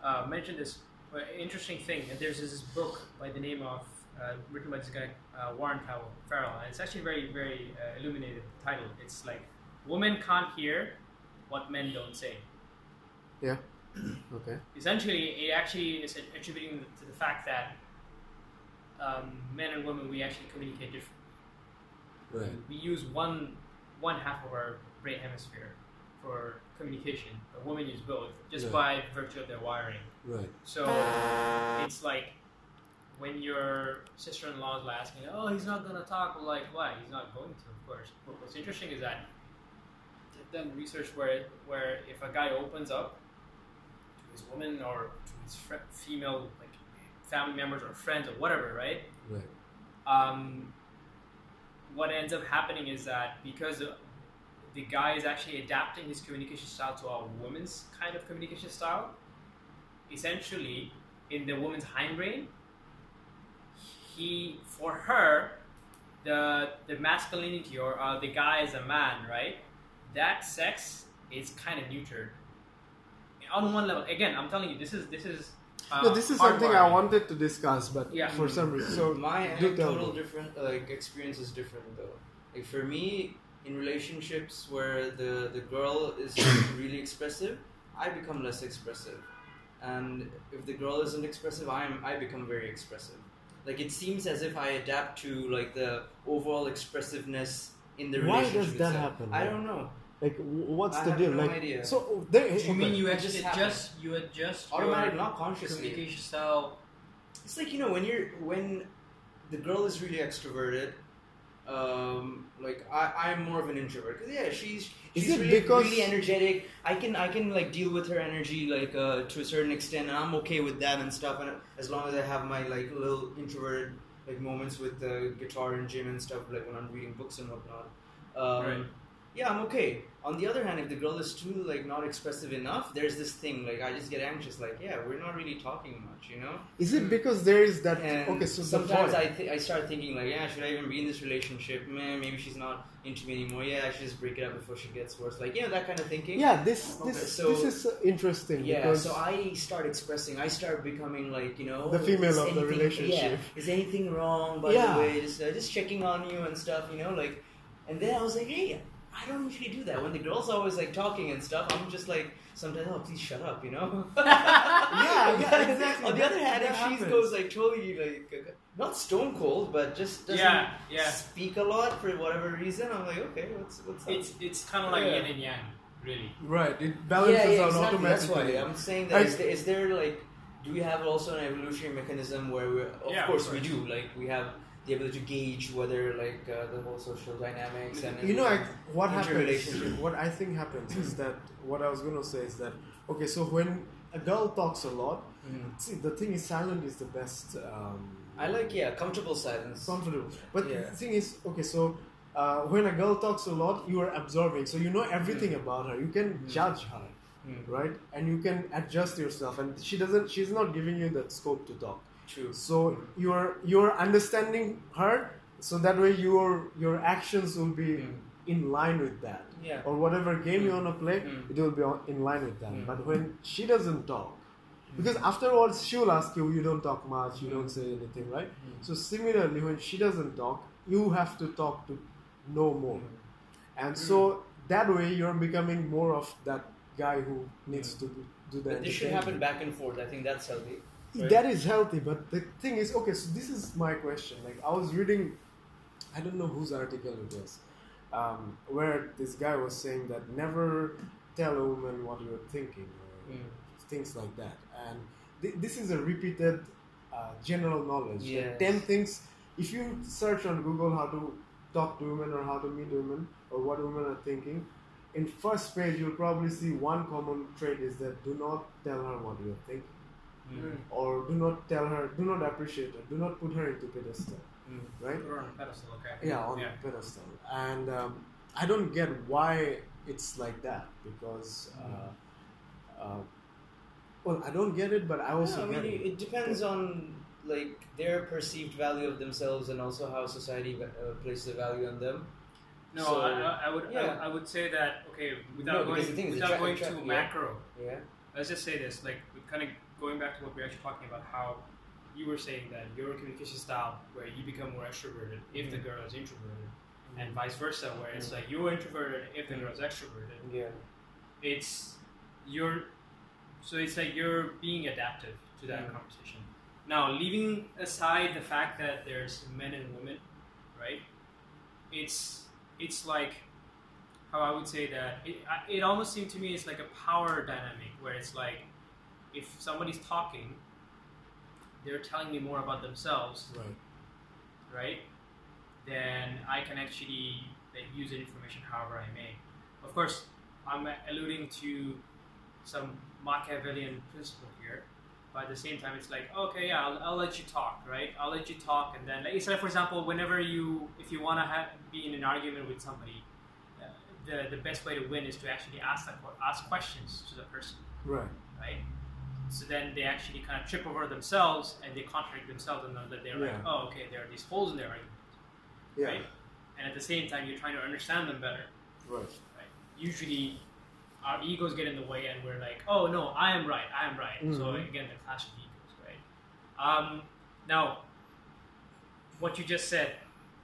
[SPEAKER 2] uh, mention this uh, interesting thing. And There's this book by the name of, uh, written by this guy, uh, Warren Powell, Farrell. And it's actually very, very uh, illuminated title. It's like, Women Can't Hear What Men Don't Say
[SPEAKER 1] Okay.
[SPEAKER 2] essentially it actually is attributing to the fact that um, men and women we actually communicate differently.
[SPEAKER 1] Right.
[SPEAKER 2] We use one one half of our brain hemisphere for communication, but women use both just
[SPEAKER 1] Yeah.
[SPEAKER 2] by virtue of their wiring.
[SPEAKER 1] Right.
[SPEAKER 2] So it's like when your sister-in-law is asking, "Oh, he's not gonna talk." Well, like, why? He's not going to, of course. But what's interesting is that they've done research where where if a guy opens up to his woman or to his fr- female like family members or friends or whatever, right?
[SPEAKER 1] Right.
[SPEAKER 2] Um, what ends up happening is that because the- the guy is actually adapting his communication style to a woman's kind of communication style, essentially in the woman's hindbrain, he for her, the the masculinity or uh, the guy is a man, right? That sex is kind of neutered. On one level, again, I'm telling you, this is this is. Uh,
[SPEAKER 1] no, this is something I
[SPEAKER 2] hardwiring.
[SPEAKER 1] wanted to discuss, but
[SPEAKER 2] Yeah.
[SPEAKER 1] for some reason.
[SPEAKER 3] So my
[SPEAKER 1] do tell
[SPEAKER 3] anecdotal
[SPEAKER 1] me.
[SPEAKER 3] different like experience is different though. Like for me, in relationships where the the girl is really expressive, I become less expressive, and if the girl isn't expressive, I'm I become very expressive. Like it seems as if I adapt to like the overall expressiveness in the
[SPEAKER 1] Why
[SPEAKER 3] relationship.
[SPEAKER 1] does that
[SPEAKER 3] itself.
[SPEAKER 1] happen?
[SPEAKER 3] I don't know.
[SPEAKER 1] Like, w- what's
[SPEAKER 3] I
[SPEAKER 1] the
[SPEAKER 3] have
[SPEAKER 1] deal?
[SPEAKER 3] no
[SPEAKER 1] like,
[SPEAKER 3] idea.
[SPEAKER 1] so there.
[SPEAKER 3] Do you mean
[SPEAKER 2] You
[SPEAKER 3] It
[SPEAKER 2] adjust,
[SPEAKER 3] just
[SPEAKER 2] adjust you adjust
[SPEAKER 3] Automatic,
[SPEAKER 2] your
[SPEAKER 3] not consciously.
[SPEAKER 2] communication style.
[SPEAKER 3] It's like you know when you're when the girl is really extroverted. Um, like I, I'm more of an introvert. 'Cause, yeah, she's
[SPEAKER 1] Is
[SPEAKER 3] she's
[SPEAKER 1] it
[SPEAKER 3] really,
[SPEAKER 1] because-
[SPEAKER 3] really energetic. I can I can like deal with her energy like uh, to a certain extent, and I'm okay with that and stuff. And as long as I have my like little introverted like moments with the guitar and gym and stuff, like when I'm reading books and whatnot. Um,
[SPEAKER 2] Right.
[SPEAKER 3] Yeah, I'm okay. On the other hand, if the girl is too like not expressive enough, there's this thing like I just get anxious. Like yeah, we're not really talking much, you know.
[SPEAKER 1] Is it because there is that?
[SPEAKER 3] And
[SPEAKER 1] okay, so the
[SPEAKER 3] sometimes
[SPEAKER 1] void.
[SPEAKER 3] I, th- I start thinking like, yeah, should I even be in this relationship? Man, maybe she's not into me anymore. Yeah, I should just break it up before she gets worse. Like, you know, that kind of thinking.
[SPEAKER 1] yeah, this
[SPEAKER 3] Okay,
[SPEAKER 1] this
[SPEAKER 3] so-
[SPEAKER 1] this is uh, interesting
[SPEAKER 3] Yeah,
[SPEAKER 1] because
[SPEAKER 3] so I start expressing. I start becoming like, you know,
[SPEAKER 1] The female
[SPEAKER 3] is
[SPEAKER 1] of the
[SPEAKER 3] anything-
[SPEAKER 1] relationship.
[SPEAKER 3] yeah, is anything wrong? By
[SPEAKER 1] Yeah.
[SPEAKER 3] the way, just uh, just checking on you and stuff. You know, like, and then I was like, hey, I don't usually do that. When the girls are always like talking and stuff, I'm just like, sometimes, oh, please shut up. You know.
[SPEAKER 1] yeah, yeah, exactly.
[SPEAKER 3] On the other hand,
[SPEAKER 1] That
[SPEAKER 3] if she
[SPEAKER 1] happens.
[SPEAKER 3] goes like totally like not stone cold, but just doesn't
[SPEAKER 2] Yeah, yeah.
[SPEAKER 3] speak a lot for whatever reason, I'm like, okay, what's what's up?
[SPEAKER 2] It's it's kind of like
[SPEAKER 3] Yeah.
[SPEAKER 2] yin and yang, really.
[SPEAKER 1] right, it
[SPEAKER 3] yeah,
[SPEAKER 1] balances
[SPEAKER 3] yeah,
[SPEAKER 1] out
[SPEAKER 3] exactly. That's
[SPEAKER 1] automatically.
[SPEAKER 3] why I'm saying that.
[SPEAKER 1] I-
[SPEAKER 3] Is there, is there like, do we have also an evolutionary mechanism where we, of
[SPEAKER 2] Yeah, of
[SPEAKER 3] course, we
[SPEAKER 2] course.
[SPEAKER 3] do. Like we have the ability to gauge whether like uh, the whole social dynamics and
[SPEAKER 1] you know I, what
[SPEAKER 3] Into
[SPEAKER 1] happens
[SPEAKER 3] relationship.
[SPEAKER 1] what i think happens is that what i was going to say is that okay so when a girl talks a lot
[SPEAKER 3] Mhm.
[SPEAKER 1] see the thing is silent is the best um,
[SPEAKER 3] I like yeah comfortable silence.
[SPEAKER 1] comfortable but
[SPEAKER 3] Yeah.
[SPEAKER 1] the thing is okay so uh, when a girl talks a lot you are absorbing so you know everything about her you can
[SPEAKER 3] Mm-hmm.
[SPEAKER 1] judge her
[SPEAKER 3] Mm.
[SPEAKER 1] right and you can adjust yourself and she doesn't she's not giving you that scope to talk
[SPEAKER 3] True.
[SPEAKER 1] so you're you're understanding her so that way your your actions will be
[SPEAKER 3] Mm.
[SPEAKER 1] in line with that
[SPEAKER 3] Yeah.
[SPEAKER 1] or whatever game you
[SPEAKER 3] Mm.
[SPEAKER 1] want to play
[SPEAKER 3] Mm.
[SPEAKER 1] it will be on- in line with that
[SPEAKER 3] Mm.
[SPEAKER 1] but when she doesn't talk
[SPEAKER 3] Mm-hmm.
[SPEAKER 1] because afterwards she'll ask you you don't talk much you don't say anything right
[SPEAKER 3] Mm-hmm.
[SPEAKER 1] so similarly when she doesn't talk you have to talk to know more
[SPEAKER 3] Mm-hmm.
[SPEAKER 1] and so that way you're becoming more of that guy who needs to do- do that
[SPEAKER 3] But this should happen back and forth. I think that's healthy. right?
[SPEAKER 1] that is healthy but the thing is okay so this is my question like i was reading i don't know whose article it was um, where this guy was saying that never tell a woman what you're thinking or
[SPEAKER 3] Mm.
[SPEAKER 1] things like that and th- this is a repeated uh, general knowledge like
[SPEAKER 3] Yes.
[SPEAKER 1] 10 things if you search on google how to talk to women or how to meet women or what women are thinking, in first page you'll probably see one common trait is that do not tell her what you're thinking
[SPEAKER 2] Mm.
[SPEAKER 1] or do not tell her, do not appreciate her, do not put her into pedestal,
[SPEAKER 3] mm.
[SPEAKER 1] right?
[SPEAKER 2] Put her on a pedestal, okay?
[SPEAKER 1] Yeah, on
[SPEAKER 2] Yeah.
[SPEAKER 1] the pedestal. And um, I don't get why it's like that because, uh,
[SPEAKER 2] Mm-hmm.
[SPEAKER 1] uh, well, I don't get it, but I also
[SPEAKER 3] Yeah, I mean,
[SPEAKER 1] get it.
[SPEAKER 3] it, it depends on like their perceived value of themselves and also how society va- uh, places a value on them.
[SPEAKER 2] No,
[SPEAKER 3] So-
[SPEAKER 2] I, I- I would I
[SPEAKER 3] Yeah.
[SPEAKER 2] would- I, would say that okay
[SPEAKER 3] No,
[SPEAKER 2] without
[SPEAKER 3] because the
[SPEAKER 2] going
[SPEAKER 3] thing is,
[SPEAKER 2] without
[SPEAKER 3] attract-
[SPEAKER 2] going
[SPEAKER 3] attract-
[SPEAKER 2] too
[SPEAKER 3] yeah.
[SPEAKER 2] macro.
[SPEAKER 3] Yeah.
[SPEAKER 2] Let's just say this, like kind of going back to what we were actually talking about, how you were saying that your communication style, where you become more extroverted if
[SPEAKER 3] Mm.
[SPEAKER 2] the girl is introverted, and vice versa, where it's like you're introverted if the girl is extroverted.
[SPEAKER 3] Yeah.
[SPEAKER 2] It's you're so it's like you're being adaptive to that
[SPEAKER 3] Mhm.
[SPEAKER 2] conversation. Now, leaving aside the fact that there's men and women, right? It's it's like how I would say that it I- it almost seemed to me it's like a power dynamic where it's like if somebody's talking, they're telling me more about themselves,
[SPEAKER 1] Right.
[SPEAKER 2] right? Then I can actually like, use that information however I may. Of course, I'm alluding to some Machiavellian principle here. But at the same time, it's like, okay, yeah, I'll, I'll let you talk, right? I'll let you talk, and then, like, it's like, for example, whenever you, if you want to have, be in an argument with somebody, uh, the, the best way to win is to actually ask that, que- ask questions to the person,
[SPEAKER 1] Right.
[SPEAKER 2] right? So then they actually kind of trip over themselves and they contradict themselves, and then they're like,
[SPEAKER 1] Yeah.
[SPEAKER 2] oh, okay, there are these holes in their argument,
[SPEAKER 1] Yeah.
[SPEAKER 2] right? And at the same time, you're trying to understand them better
[SPEAKER 1] Right.
[SPEAKER 2] usually our egos get in the way and we're like, oh no, I am right, I am right. So
[SPEAKER 1] Mhm.
[SPEAKER 2] again, the clash of egos, right? Um, now, what you just said,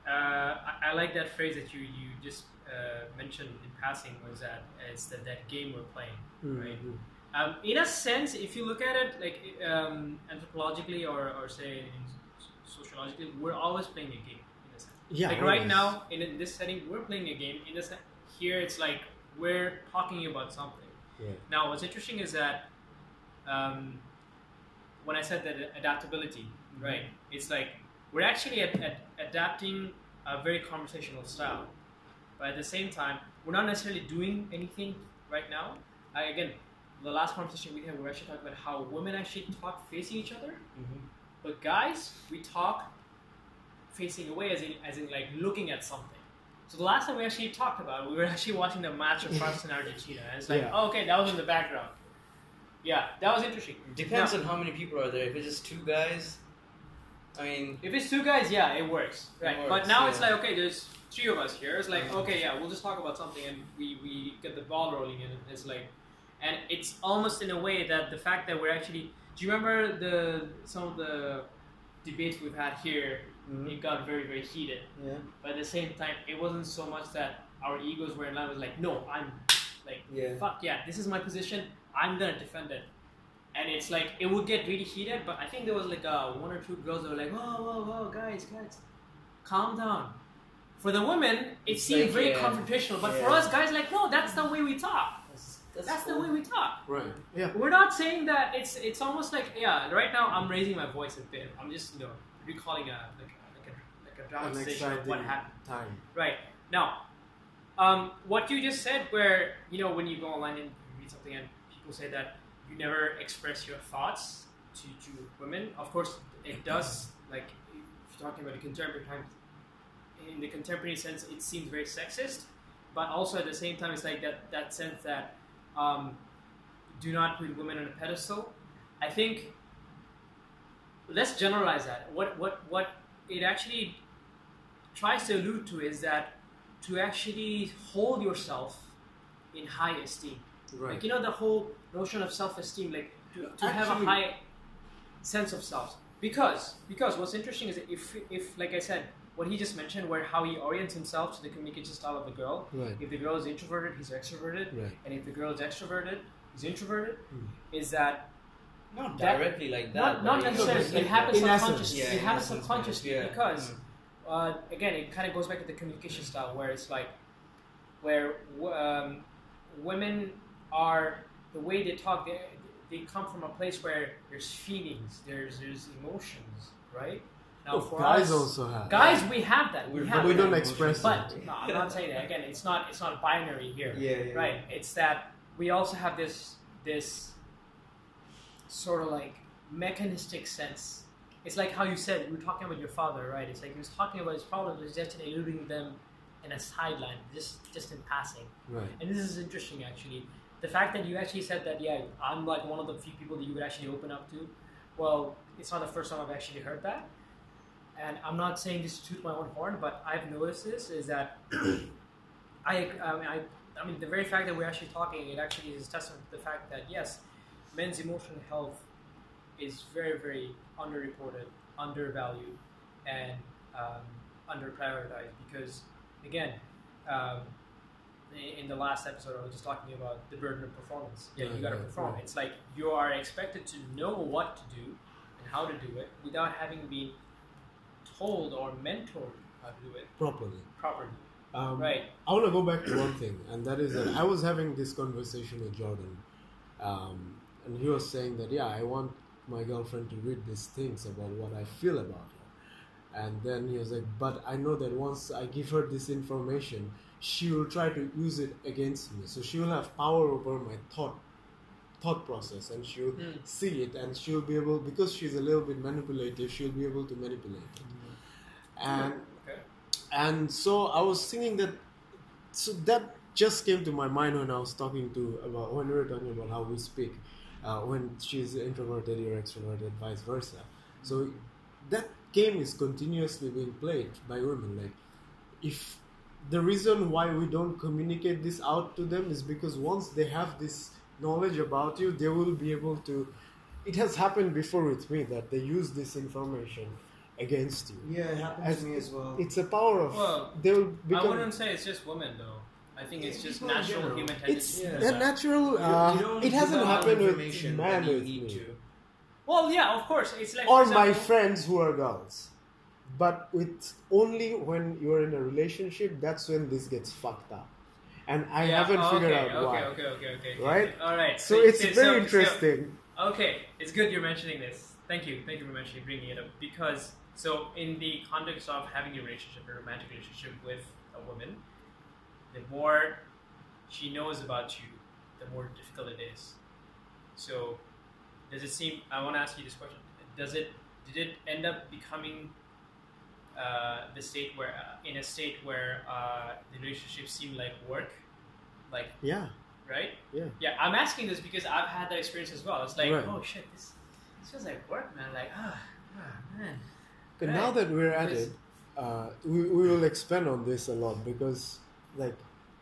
[SPEAKER 2] uh, I, I like that phrase that you, you just uh, mentioned in passing was that it's that, that game we're playing. Right.
[SPEAKER 1] Mhm.
[SPEAKER 2] Um, in a sense, if you look at it like um, anthropologically or, or say in s- sociologically, we're always playing a game in a sense
[SPEAKER 1] Yeah.
[SPEAKER 2] like right
[SPEAKER 1] always.
[SPEAKER 2] now in, in this setting we're playing a game in this here it's like we're talking about something
[SPEAKER 1] Yeah.
[SPEAKER 2] now what's interesting is that um, when i said that adaptability
[SPEAKER 1] Mm-hmm.
[SPEAKER 2] right it's like we're actually ad- ad- adapting a very conversational style but at the same time we're not necessarily doing anything right now I, again the last conversation we had we were actually talking about how women actually talk facing each other but guys, we talk facing away, as in, as in like looking at something. So the last time we actually talked about, it, we were actually watching the match of France and Argentina, and it's like,
[SPEAKER 1] Yeah.
[SPEAKER 2] oh, okay, that was in the background. Yeah, that was interesting.
[SPEAKER 3] Depends
[SPEAKER 2] Now,
[SPEAKER 3] on how many people are there. If it's just two guys, I mean,
[SPEAKER 2] if it's two guys, yeah, it works,
[SPEAKER 3] It
[SPEAKER 2] right?
[SPEAKER 3] works,
[SPEAKER 2] but now
[SPEAKER 3] yeah.
[SPEAKER 2] it's like, okay, there's three of us here. It's like,
[SPEAKER 3] Mhm.
[SPEAKER 2] okay, yeah, we'll just talk about something, and we we get the ball rolling, and it's like, and it's almost in a way that the fact that we're actually, do you remember the some of the debates we've had here?
[SPEAKER 3] Mm-hmm.
[SPEAKER 2] It got very very heated.
[SPEAKER 3] yeah,
[SPEAKER 2] But at the same time, it wasn't so much that our egos were in line. It was like, no, I'm like,
[SPEAKER 3] yeah,
[SPEAKER 2] fuck yeah, this is my position. I'm gonna defend it. And it's like it would get really heated. But I think there was like uh, one or two girls that were like, whoa, whoa, whoa, guys, guys, calm down. For the women, it
[SPEAKER 3] It's
[SPEAKER 2] seemed
[SPEAKER 3] like,
[SPEAKER 2] very
[SPEAKER 3] yeah,
[SPEAKER 2] confrontational. But for
[SPEAKER 3] yeah.
[SPEAKER 2] us guys, like, no, that's the way we talk.
[SPEAKER 3] That's,
[SPEAKER 2] That's the way we talk.
[SPEAKER 1] Right. Yeah.
[SPEAKER 2] We're not saying that it's it's almost like yeah. Right now, I'm raising my voice a bit. I'm just you know recalling a like a, like a, like a
[SPEAKER 1] An
[SPEAKER 2] dramatization of what
[SPEAKER 1] exciting
[SPEAKER 2] happened.
[SPEAKER 1] time.
[SPEAKER 2] Right. Now, um, what you just said, where, you know, when you go online and you read something and people say that you never express your thoughts to, to women, of course, it does, like, if you're talking about a contemporary time, in the contemporary sense, it seems very sexist, but also at the same time, it's like that, that sense that um, do not put women on a pedestal. I think let's generalize that. What, what, what it actually tries to allude to is that to actually hold yourself in high esteem.
[SPEAKER 1] Right.
[SPEAKER 2] Like you know the whole notion of self-esteem, like to, to have a
[SPEAKER 1] Actually-
[SPEAKER 2] high sense of self. Because because what's interesting is that if if like I said, what he just mentioned, where how he orients himself to the communication style of the girl.
[SPEAKER 1] Right.
[SPEAKER 2] If the girl is introverted, he's extroverted,
[SPEAKER 1] Right.
[SPEAKER 2] and if the girl is extroverted, he's introverted.
[SPEAKER 1] Hmm.
[SPEAKER 2] Is that
[SPEAKER 3] not
[SPEAKER 2] That-
[SPEAKER 3] directly like
[SPEAKER 2] not,
[SPEAKER 3] that.
[SPEAKER 2] not
[SPEAKER 3] but it's-
[SPEAKER 2] necessarily? It
[SPEAKER 3] Yeah.
[SPEAKER 2] happens
[SPEAKER 1] In essence.
[SPEAKER 2] subconsciously.
[SPEAKER 3] Yeah,
[SPEAKER 2] it
[SPEAKER 3] in
[SPEAKER 2] happens
[SPEAKER 3] essence,
[SPEAKER 2] subconsciously
[SPEAKER 3] yeah.
[SPEAKER 2] because uh, again, it kind of goes back to the communication style where it's like, where um, women are, the way they talk, they, they come from a place where there's feelings, there's, there's emotions, right? Now,
[SPEAKER 1] Oh,
[SPEAKER 2] for
[SPEAKER 1] guys
[SPEAKER 2] us,
[SPEAKER 1] also have.
[SPEAKER 2] guys, we have that. We
[SPEAKER 3] We're
[SPEAKER 2] have
[SPEAKER 1] we
[SPEAKER 2] that.
[SPEAKER 1] don't express
[SPEAKER 2] But no, I'm not saying that. Again, it's not it's not binary here.
[SPEAKER 3] Yeah, yeah,
[SPEAKER 2] Right. It's that we also have this this sort of like mechanistic sense. It's like how you said we were talking about your father, right? It's like he was talking about his problems, but he's just eluding them in a sideline, just just in passing.
[SPEAKER 1] Right.
[SPEAKER 2] And this is interesting, actually. The fact that you actually said that, yeah, I'm like one of the few people that you would actually open up to. Well, it's not the first time I've actually heard that. And I'm not saying this to toot my own horn, but I've noticed this is that I, I, mean, I, I mean, the very fact that we're actually talking, it actually is testament to the fact that, yes, men's emotional health is very, very underreported, undervalued, and um, underprioritized because, again, um, in- in the last episode, I was just talking about the burden of performance. Yeah,
[SPEAKER 1] Right,
[SPEAKER 2] you got to
[SPEAKER 1] right,
[SPEAKER 2] perform.
[SPEAKER 1] right.
[SPEAKER 2] It's like you are expected to know what to do and how to do it without having been told or mentored how to do it
[SPEAKER 1] Properly.
[SPEAKER 2] properly.
[SPEAKER 1] Um,
[SPEAKER 2] Right.
[SPEAKER 1] I want to go back to one thing, and that is that I was having this conversation with Jordan, um, and he was saying that, yeah, I want my girlfriend to read these things about what I feel about her. And then he was like, but I know that once I give her this information, she will try to use it against me. So she will have power over my thought thought process and she'll
[SPEAKER 2] Mm.
[SPEAKER 1] see it and she'll be able because she's a little bit manipulative she'll be able to manipulate it and
[SPEAKER 2] Okay.
[SPEAKER 1] and so I was thinking that so that just came to my mind when I was talking to about when we were talking about how we speak uh, when she's introverted you're extroverted vice versa so that game is continuously being played by women like if the reason why we don't communicate this out to them is because once they have this knowledge about you they will be able to it has happened before with me that they use this information against you
[SPEAKER 3] Yeah, it happened
[SPEAKER 1] As-
[SPEAKER 3] to me as well.
[SPEAKER 1] it's a power of
[SPEAKER 2] Well,
[SPEAKER 1] they'll
[SPEAKER 2] I
[SPEAKER 1] become
[SPEAKER 2] wouldn't say it's just women though. I think it's just
[SPEAKER 3] People in
[SPEAKER 2] natural
[SPEAKER 3] general.
[SPEAKER 2] human tendency.
[SPEAKER 1] it's
[SPEAKER 3] Yeah.
[SPEAKER 1] the natural uh,
[SPEAKER 3] you don't
[SPEAKER 1] it hasn't
[SPEAKER 3] give out
[SPEAKER 1] happened with
[SPEAKER 3] information
[SPEAKER 1] man
[SPEAKER 3] that you
[SPEAKER 1] with
[SPEAKER 3] need
[SPEAKER 1] me
[SPEAKER 3] to.
[SPEAKER 2] Well, yeah, of course. It's like for
[SPEAKER 1] or my
[SPEAKER 2] example-
[SPEAKER 1] friends who are girls but with only when you're in a relationship that's when this gets fucked up and i
[SPEAKER 2] Yeah,
[SPEAKER 1] haven't
[SPEAKER 2] okay,
[SPEAKER 1] figured out
[SPEAKER 2] okay,
[SPEAKER 1] why
[SPEAKER 2] Okay, okay, okay, okay.
[SPEAKER 1] Right?
[SPEAKER 2] All right.
[SPEAKER 1] so it's
[SPEAKER 2] so-
[SPEAKER 1] very
[SPEAKER 2] so-
[SPEAKER 1] interesting
[SPEAKER 2] Okay, it's good you're mentioning this. Thank you, thank you for mentioning bringing it up because so in the context of having a relationship, a romantic relationship with a woman, the more she knows about you, the more difficult it is. So, does it seem? I want to ask you this question. Does it? Did it end up becoming uh, the state where, uh, in a state where uh, the relationship seemed like work, like
[SPEAKER 1] yeah
[SPEAKER 2] right?
[SPEAKER 1] Yeah.
[SPEAKER 2] Yeah, I'm asking this because I've had that experience as well. It's like,
[SPEAKER 1] Right.
[SPEAKER 2] oh shit, this this feels like work, man. Like, ah, ah, man.
[SPEAKER 1] But
[SPEAKER 2] Right.
[SPEAKER 1] now that we're at
[SPEAKER 2] Yes.
[SPEAKER 1] it, uh, we, we will expand on this a lot because, like,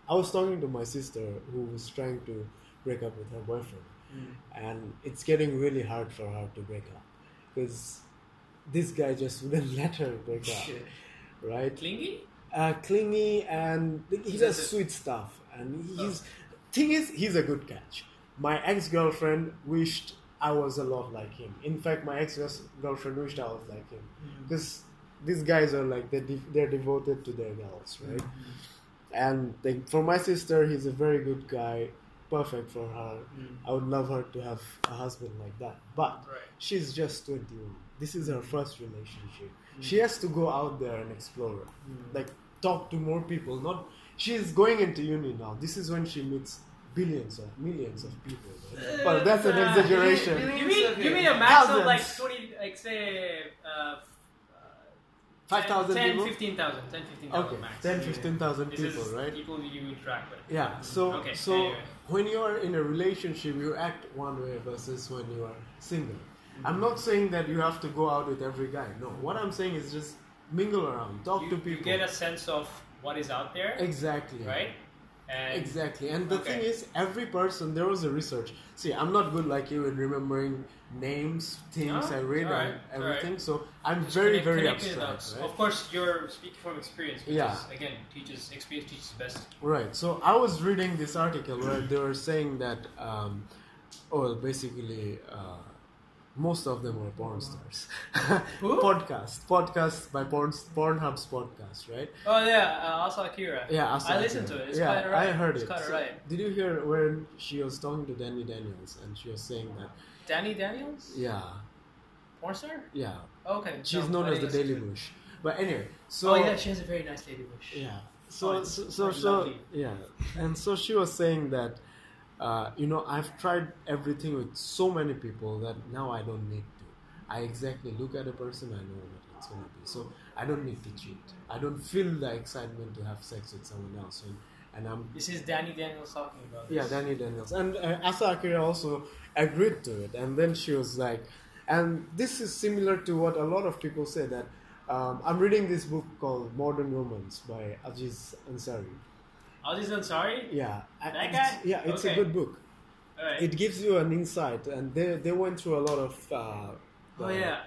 [SPEAKER 1] I was talking to my sister who was trying to break up with her boyfriend, and it's getting really hard for her to break up because this guy just wouldn't let her break up,
[SPEAKER 3] Shit.
[SPEAKER 1] right?
[SPEAKER 2] Clingy?
[SPEAKER 1] Uh, clingy and he does
[SPEAKER 2] Possessive.
[SPEAKER 1] sweet stuff, and he's thing is he's a good catch. My ex girlfriend wished I was a lot like him. In fact, my ex girlfriend wished I was like him because these guys are like they're, de- they're devoted to their girls, right? And they, for my sister, he's a very good guy, perfect for her. I would love her to have a husband like that, but
[SPEAKER 2] Right.
[SPEAKER 1] she's just 21. This is her
[SPEAKER 2] Mm.
[SPEAKER 1] first relationship. She has to go out there and explore,
[SPEAKER 2] Mm.
[SPEAKER 1] like talk to more people. Not she's going into uni now. This is when she meets billions of millions of people. right? Well, that's an
[SPEAKER 2] Uh,
[SPEAKER 1] exaggeration.
[SPEAKER 3] Millions
[SPEAKER 2] You mean
[SPEAKER 3] of
[SPEAKER 2] you mean
[SPEAKER 3] people.
[SPEAKER 2] a max of
[SPEAKER 1] Thousands.
[SPEAKER 2] like twenty, like say, uh,
[SPEAKER 1] Five thousand
[SPEAKER 2] 10,
[SPEAKER 1] people.
[SPEAKER 2] 15,000, 10, 15,000
[SPEAKER 1] Okay,
[SPEAKER 2] max.
[SPEAKER 1] 10, 15,000
[SPEAKER 2] This
[SPEAKER 1] people,
[SPEAKER 2] is
[SPEAKER 1] right?
[SPEAKER 2] People you interact with.
[SPEAKER 1] Yeah. So
[SPEAKER 2] Okay,
[SPEAKER 1] so
[SPEAKER 2] anyway.
[SPEAKER 1] when you are in a relationship, you act one way versus when you are single. I'm not
[SPEAKER 2] Mm.
[SPEAKER 1] saying that you have to go out with every guy. No, what I'm saying is just mingle around, talk
[SPEAKER 2] You,
[SPEAKER 1] to
[SPEAKER 2] you
[SPEAKER 1] people.
[SPEAKER 2] get a sense of what is out there,
[SPEAKER 1] exactly.
[SPEAKER 2] right? And
[SPEAKER 1] Exactly. And the
[SPEAKER 2] Okay.
[SPEAKER 1] thing is, every person, there was a research. See, I'm not good like you in remembering names, things
[SPEAKER 2] No,
[SPEAKER 1] I read,
[SPEAKER 2] it's alright,
[SPEAKER 1] and
[SPEAKER 2] it's
[SPEAKER 1] everything.
[SPEAKER 2] alright.
[SPEAKER 1] So I'm
[SPEAKER 2] Just
[SPEAKER 1] very,
[SPEAKER 2] connect-
[SPEAKER 1] very
[SPEAKER 2] connecting the
[SPEAKER 1] abstract.
[SPEAKER 2] dots.
[SPEAKER 1] Right?
[SPEAKER 2] Of course, you're speaking from experience, which
[SPEAKER 1] Yeah.
[SPEAKER 2] is again teaches experience teaches best.
[SPEAKER 1] Right. So I was reading this article where they were saying that, um, oh, basically, uh, most of them were porn stars.
[SPEAKER 2] Who?
[SPEAKER 1] podcast, podcast by porn, Pornhub's podcast, right?
[SPEAKER 2] Oh yeah, uh, Asa Akira.
[SPEAKER 1] Yeah,
[SPEAKER 2] I
[SPEAKER 1] Aslan
[SPEAKER 2] listened
[SPEAKER 1] Khan.
[SPEAKER 2] to it. It's
[SPEAKER 1] yeah,
[SPEAKER 2] quite alright.
[SPEAKER 1] I heard
[SPEAKER 2] It's
[SPEAKER 1] it.
[SPEAKER 2] quite
[SPEAKER 1] So,
[SPEAKER 2] alright.
[SPEAKER 1] Did you hear when she was talking to Danny Daniels and she was saying that,
[SPEAKER 2] Danny Daniels.
[SPEAKER 1] yeah,
[SPEAKER 2] Morser?
[SPEAKER 1] Yeah,
[SPEAKER 2] Okay.
[SPEAKER 1] she's
[SPEAKER 2] no,
[SPEAKER 1] known
[SPEAKER 2] I
[SPEAKER 1] as the
[SPEAKER 2] didn't-
[SPEAKER 1] Daily Bush. But anyway, so
[SPEAKER 2] oh yeah, she has a very nice Lady Bush.
[SPEAKER 1] Yeah.
[SPEAKER 2] Oh,
[SPEAKER 1] So
[SPEAKER 2] it's
[SPEAKER 1] so so,
[SPEAKER 2] very
[SPEAKER 1] so
[SPEAKER 2] lovely.
[SPEAKER 1] yeah, and so she was saying that, uh, you know, I've tried everything with so many people that now I don't need to. I exactly look at a person, I know what it's gonna be. So I don't need to cheat. I don't feel the excitement to have sex with someone else, and, and I'm
[SPEAKER 2] This is Danny Daniels talking about. This.
[SPEAKER 1] yeah, Danny Daniels. And uh, Asa Akira also agreed to it. And then she was like, and this is similar to what a lot of people say that um, I'm reading this book called Modern Romance by Aziz Ansari.
[SPEAKER 2] Aziz Ansari.
[SPEAKER 1] Yeah. I-
[SPEAKER 2] That
[SPEAKER 1] it's-
[SPEAKER 2] guy?
[SPEAKER 1] Yeah, it's a
[SPEAKER 2] Okay.
[SPEAKER 1] good book.
[SPEAKER 2] All right.
[SPEAKER 1] It gives you an insight, and they, they went through a lot of. Uh,
[SPEAKER 2] oh
[SPEAKER 1] uh,
[SPEAKER 2] yeah.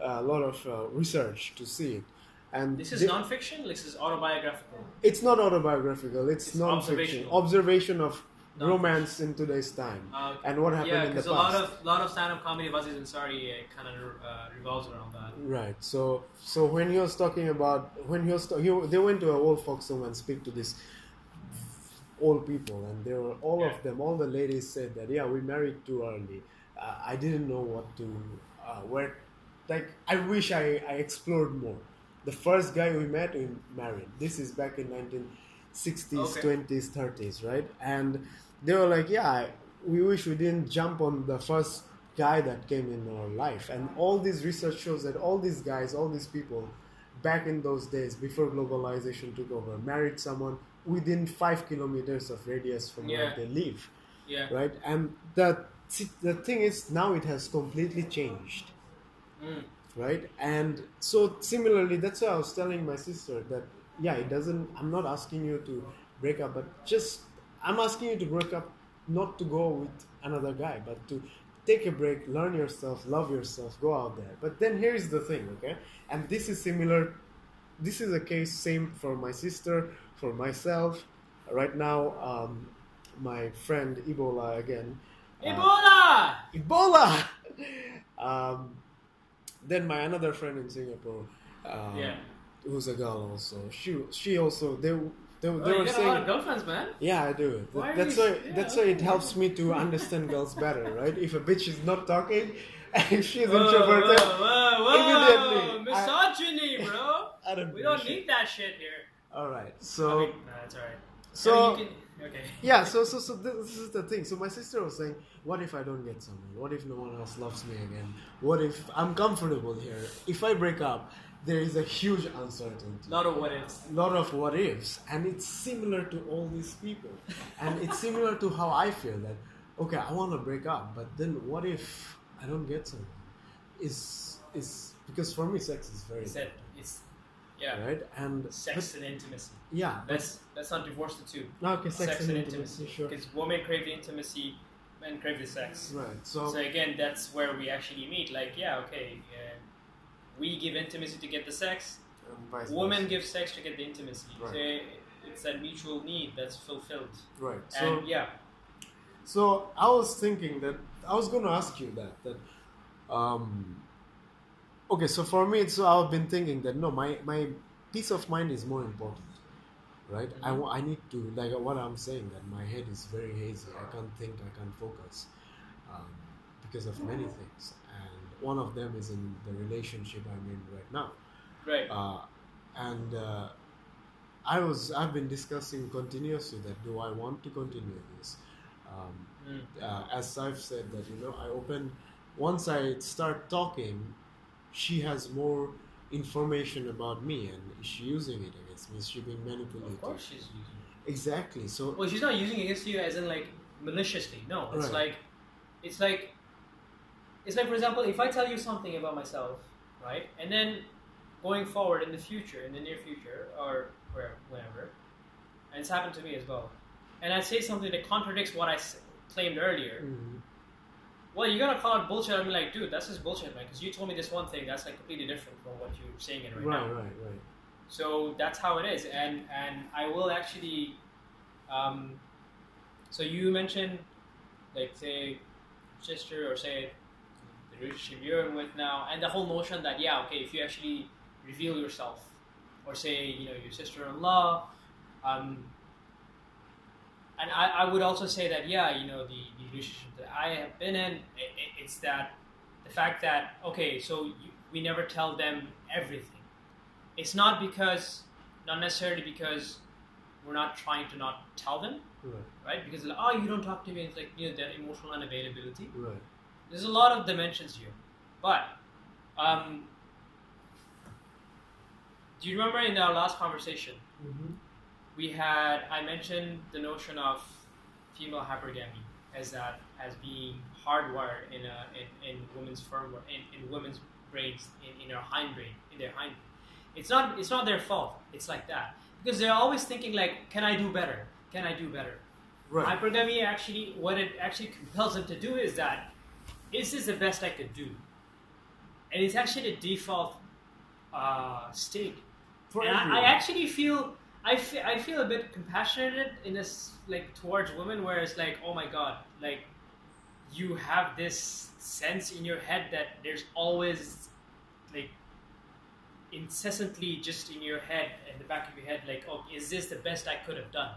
[SPEAKER 1] A lot of uh, research to see it, and
[SPEAKER 2] This is
[SPEAKER 1] they-
[SPEAKER 2] nonfiction. This is autobiographical.
[SPEAKER 1] It's not autobiographical. It's,
[SPEAKER 2] It's
[SPEAKER 1] non-fiction.
[SPEAKER 2] observational.
[SPEAKER 1] Observation of
[SPEAKER 2] Non-fiction.
[SPEAKER 1] romance in today's time
[SPEAKER 2] Uh,
[SPEAKER 1] and what happened
[SPEAKER 2] yeah,
[SPEAKER 1] in the
[SPEAKER 2] because
[SPEAKER 1] past.
[SPEAKER 2] a lot of lot of stand-up comedy of Aziz Ansari uh, kind of uh, revolves around that.
[SPEAKER 1] Right. So so when he was talking about when he was ta- he, they went to a old foxhole and speak to these old people and they were all
[SPEAKER 2] Yeah.
[SPEAKER 1] of them all the ladies said that yeah we married too early. Uh, I didn't know what to uh, where like I wish I, I explored more. The first guy we met we married. This is back in 1960s,
[SPEAKER 2] Okay.
[SPEAKER 1] 20s, 30s, right? And they were like yeah I- we wish we didn't jump on the first guy that came in our life and all this research shows that all these guys all these people back in those days before globalization took over married someone within five kilometers of radius from where
[SPEAKER 2] Yeah.
[SPEAKER 1] they live
[SPEAKER 2] Yeah.
[SPEAKER 1] right and the, the thing is now it has completely changed
[SPEAKER 2] Mm.
[SPEAKER 1] right and so similarly that's why i was telling my sister that yeah it doesn't i'm not asking you to break up but just i'm asking you to break up not to go with another guy but to take a break learn yourself love yourself go out there but then here is the thing okay and this is similar this is a case same for my sister for myself right now um, my friend ebola again uh,
[SPEAKER 2] Ebola.
[SPEAKER 1] Ebola. Um, then my another friend in Singapore, um,
[SPEAKER 2] Yeah.
[SPEAKER 1] who's a girl also. She she also they they, they
[SPEAKER 2] Oh,
[SPEAKER 1] were
[SPEAKER 2] you got a lot
[SPEAKER 1] saying
[SPEAKER 2] of girlfriends, man.
[SPEAKER 1] yeah I do. Th-
[SPEAKER 2] Why are
[SPEAKER 1] that's
[SPEAKER 2] you-
[SPEAKER 1] why
[SPEAKER 2] yeah,
[SPEAKER 1] that's why it
[SPEAKER 2] okay.
[SPEAKER 1] helps me to understand girls better, right? If a bitch is not talking, and if she's
[SPEAKER 2] Whoa,
[SPEAKER 1] introverted,
[SPEAKER 2] whoa, whoa, whoa.
[SPEAKER 1] immediately, I-
[SPEAKER 2] Misogyny, bro.
[SPEAKER 1] I don't.
[SPEAKER 2] We
[SPEAKER 1] give a
[SPEAKER 2] don't
[SPEAKER 1] shit.
[SPEAKER 2] need that shit here.
[SPEAKER 1] All right,
[SPEAKER 2] I
[SPEAKER 1] so.
[SPEAKER 2] mean, nah, it's alright.
[SPEAKER 1] So-
[SPEAKER 2] I mean, you can, okay.
[SPEAKER 1] yeah, so so so this, this is the thing. So my sister was saying, "What if I don't get someone? What if no one else loves me again? What if I'm comfortable here? If I break up, there is a huge uncertainty."
[SPEAKER 2] lot of what ifs.
[SPEAKER 1] lot of what ifs and it's similar to all these people and it's similar to how i feel that okay i want to break up but then what if i don't get someone is is because for me sex is very
[SPEAKER 2] It's that it's yeah,
[SPEAKER 1] important, right and
[SPEAKER 2] sex and intimacy.
[SPEAKER 1] but- yeah but-
[SPEAKER 2] Let's let's not divorce the two.
[SPEAKER 1] no, okay sex,
[SPEAKER 2] sex
[SPEAKER 1] and,
[SPEAKER 2] and
[SPEAKER 1] intimacy, sure
[SPEAKER 2] Because women crave the intimacy, men crave the sex.
[SPEAKER 1] right
[SPEAKER 2] So again, that's where we actually meet. Like, yeah, okay, uh, we give intimacy to get the sex.
[SPEAKER 1] and um, vice
[SPEAKER 2] Women
[SPEAKER 1] versa.
[SPEAKER 2] give sex to get the intimacy. So it's that mutual need that's fulfilled.
[SPEAKER 1] right so
[SPEAKER 2] and yeah,
[SPEAKER 1] So I was thinking that I was going to ask you that that um, okay. So for me, it's, so I've been thinking that no, my my peace of mind is more important, right? I
[SPEAKER 2] Mm-hmm.
[SPEAKER 1] wa- I need to like what I'm saying that my head is very hazy. I can't think. I can't focus um, because of many things, and one of them is in the relationship I'm in right now
[SPEAKER 2] right.
[SPEAKER 1] uh, and uh, I was I've been discussing continuously that do I want to continue this? Um,
[SPEAKER 2] Mm.
[SPEAKER 1] uh, as I've said that you know I open once I start talking, she has more information about me and is she using it against me? Is she being manipulated?
[SPEAKER 2] Of course, she's using.
[SPEAKER 1] Exactly.
[SPEAKER 2] It.
[SPEAKER 1] So
[SPEAKER 2] Well, she's not using it against you as in like maliciously. No, it's
[SPEAKER 1] Right.
[SPEAKER 2] like, it's like, it's like for example, if I tell you something about myself, right, and then going forward in the future, in the near future, or where, whenever, and it's happened to me as well, and I say something that contradicts what I s- claimed earlier.
[SPEAKER 1] Mhm.
[SPEAKER 2] Well, you're gonna call it bullshit. I'm like, dude, that's just bullshit, man. Because you told me this one thing that's like completely different from what you're saying it right,
[SPEAKER 1] right,
[SPEAKER 2] now.
[SPEAKER 1] right, right.
[SPEAKER 2] So that's how it is, and and I will actually. Um, so you mentioned, like, say, sister or say, the relationship you're in with now, and the whole notion that yeah, okay, if you actually reveal yourself, or say, you know, your sister-in-law, um, and I, I would also say that yeah, you know, the, the relationship that I have been in, i i it's that the fact that okay, so you, we never tell them everything. It's not because, not necessarily because we're not trying to not tell them,
[SPEAKER 1] Right.
[SPEAKER 2] right? Because like, oh, you don't talk to me. It's like you know their emotional unavailability.
[SPEAKER 1] Right.
[SPEAKER 2] There's a lot of dimensions here, but um, do you remember in our last conversation
[SPEAKER 1] Mm-hmm.
[SPEAKER 2] we had I mentioned the notion of female hypergamy as that as being hardwired in a in, in women's firmware in, in women's brains in, in our hindbrain in their hind it's not it's not their fault it's like that because they're always thinking like can I do better can I do better
[SPEAKER 1] Right.
[SPEAKER 2] hypergamy actually what it actually compels them to do is that this is the best I could do and it's actually the default uh, state
[SPEAKER 1] For
[SPEAKER 2] and I, I
[SPEAKER 1] everyone.
[SPEAKER 2] actually feel I, fe- I feel a bit compassionate in this like towards women where it's like oh my god like you have this sense in your head that there's always like incessantly just in your head in the back of your head like oh is this the best I could have done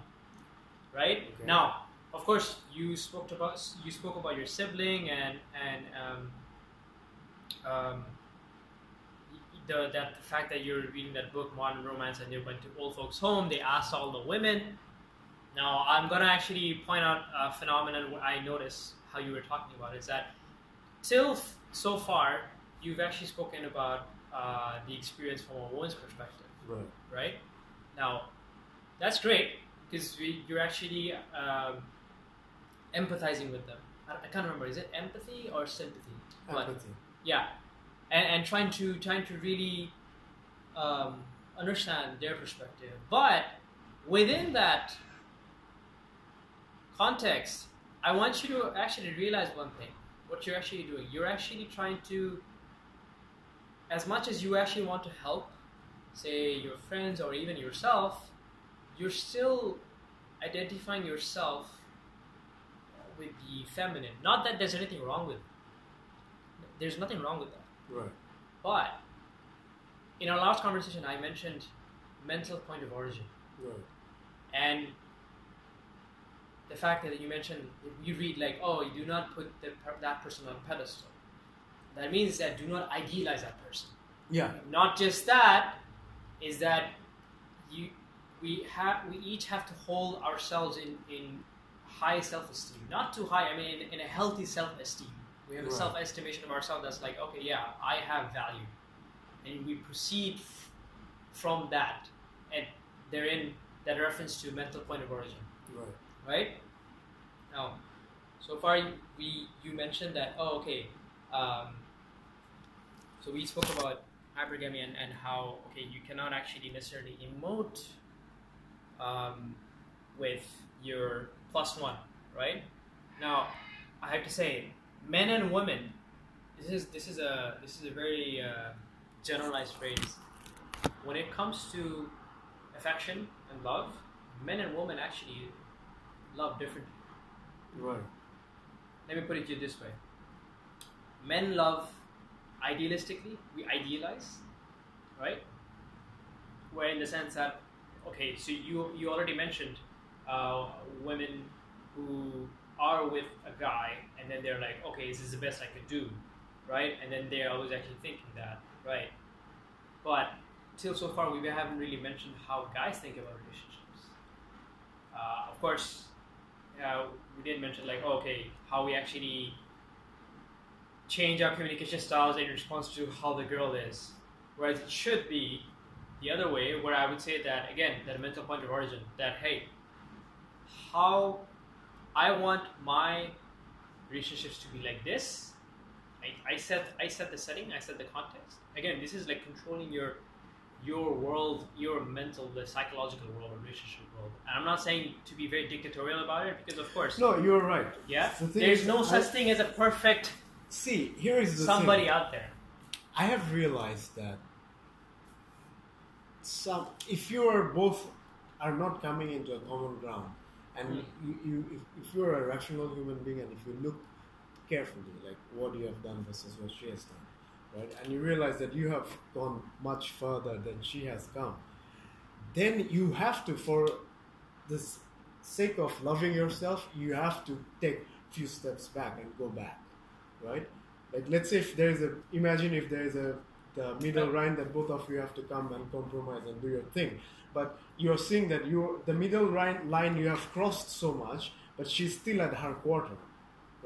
[SPEAKER 2] right
[SPEAKER 3] Okay.
[SPEAKER 2] now of course you spoke about you spoke about your sibling and and um, um, the, that the fact that you're reading that book, Modern Romance, and you went to old folks' home, they asked all the women. Now, I'm gonna actually point out a phenomenon where I noticed how you were talking about is that till f- so far, you've actually spoken about uh, the experience from a woman's perspective,
[SPEAKER 1] Right.
[SPEAKER 2] right? Now, that's great because we, you're actually um, empathizing with them. I, I can't remember, is it empathy or sympathy? What?
[SPEAKER 1] Empathy.
[SPEAKER 2] yeah and, and trying to trying to really um, understand their perspective but within that context i want you to actually realize one thing what you're actually doing you're actually trying to as much as you actually want to help say your friends or even yourself you're still identifying yourself with the feminine not that there's anything wrong with there's nothing wrong with that.
[SPEAKER 1] Right.
[SPEAKER 2] But in our last conversation, I mentioned mental point of origin
[SPEAKER 1] Right.
[SPEAKER 2] and the fact that you mentioned you read like, oh, you do not put the, per- that person on a pedestal. That means that do not idealize that person.
[SPEAKER 1] Yeah.
[SPEAKER 2] Not just that, is that you we have we each have to hold ourselves in in high self esteem, not too high. I mean, in, in a healthy self esteem, we have a
[SPEAKER 1] Right.
[SPEAKER 2] self estimation of ourselves that's like, okay, yeah, I have value, and we proceed f- from that, and therein that reference to mental point of origin
[SPEAKER 1] Right.
[SPEAKER 2] right? Now, so far you- we you mentioned that oh okay, um, so we spoke about hypergamy and, and how okay you cannot actually necessarily emote um, with your plus one, right? Now, I have to say, men and women, this is this is a this is a very uh, generalized phrase. When it comes to affection and love, men and women actually love differently.
[SPEAKER 1] Right.
[SPEAKER 2] Let me put it to you this way men love idealistically, we idealize, right? Where in the sense that, okay, so you, you already mentioned uh, women who are with a guy and then they're like, okay, this is the best I could do, right? And then they're always actually thinking that, right? But till so far, we haven't really mentioned how guys think about relationships. Uh, of course, uh, we did mention like oh, okay how we actually change our communication styles in response to how the girl is whereas it should be the other way where i would say that again that mental point of origin that hey how i want my relationships to be like this i, I set i set the setting i set the context again this is like controlling your your world, your mental, the psychological world, relationship world. And I'm not saying to be very dictatorial about it because, of course,
[SPEAKER 1] No, you're right.
[SPEAKER 2] yeah,
[SPEAKER 1] The thing
[SPEAKER 2] there's
[SPEAKER 1] is, I-
[SPEAKER 2] no such thing as a perfect
[SPEAKER 1] See, here is the
[SPEAKER 2] somebody
[SPEAKER 1] thing.
[SPEAKER 2] out there.
[SPEAKER 1] I have realized that some if you are both are not coming into a common ground and
[SPEAKER 2] Mm.
[SPEAKER 1] you, you if, if you're a rational human being and if you look carefully like what you have done versus what she has done right and you realize that you have gone much further than she has come then you have to for the s- sake of loving yourself you have to take few steps back and go back right Like, let's say if there is a, imagine if there is a the middle line that both of you have to come and compromise and do your thing. But you're seeing that you the middle line line you have crossed so much, but she's still at her quarter,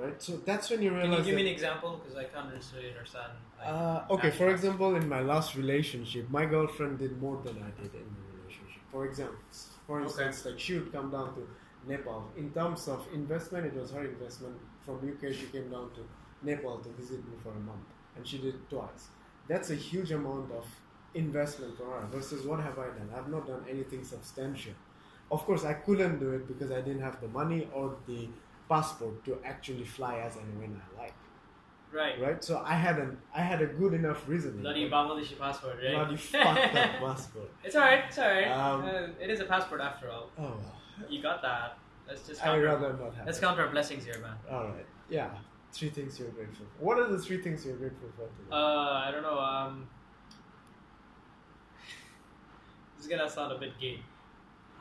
[SPEAKER 1] right? So that's when you
[SPEAKER 2] Can you
[SPEAKER 1] realize.
[SPEAKER 2] give me an
[SPEAKER 1] that-
[SPEAKER 2] example? Because I can't necessarily understand. like,
[SPEAKER 1] uh, okay, for
[SPEAKER 2] that.
[SPEAKER 1] example, in my last relationship, my girlfriend did more than I did in the relationship. For example, for instance, like she would come down to Nepal. In terms of investment, it was her investment from UK. She came down to Nepal to visit me for a month, and she did it twice. That's a huge amount of investment for her. Versus what have I done? I've not done anything substantial. Of course, I couldn't do it because I didn't have the money or the passport to actually fly as and when I like
[SPEAKER 2] right.
[SPEAKER 1] right? So I had an I had a good enough reason.
[SPEAKER 2] Bloody Bangladeshi passport, right?
[SPEAKER 1] bloody fucked up passport.
[SPEAKER 2] It's alright, it's alright.
[SPEAKER 1] Um,
[SPEAKER 2] Uh, it is a passport after all.
[SPEAKER 1] Oh, well.
[SPEAKER 2] You got that. Let's just
[SPEAKER 1] I
[SPEAKER 2] count our,
[SPEAKER 1] rather not have.
[SPEAKER 2] let's
[SPEAKER 1] it.
[SPEAKER 2] count our blessings here, man.
[SPEAKER 1] All right, yeah. Three things you're grateful. for. What are the three things you're grateful for? Today?
[SPEAKER 2] Uh, I don't know. Um, this is gonna sound a bit gay.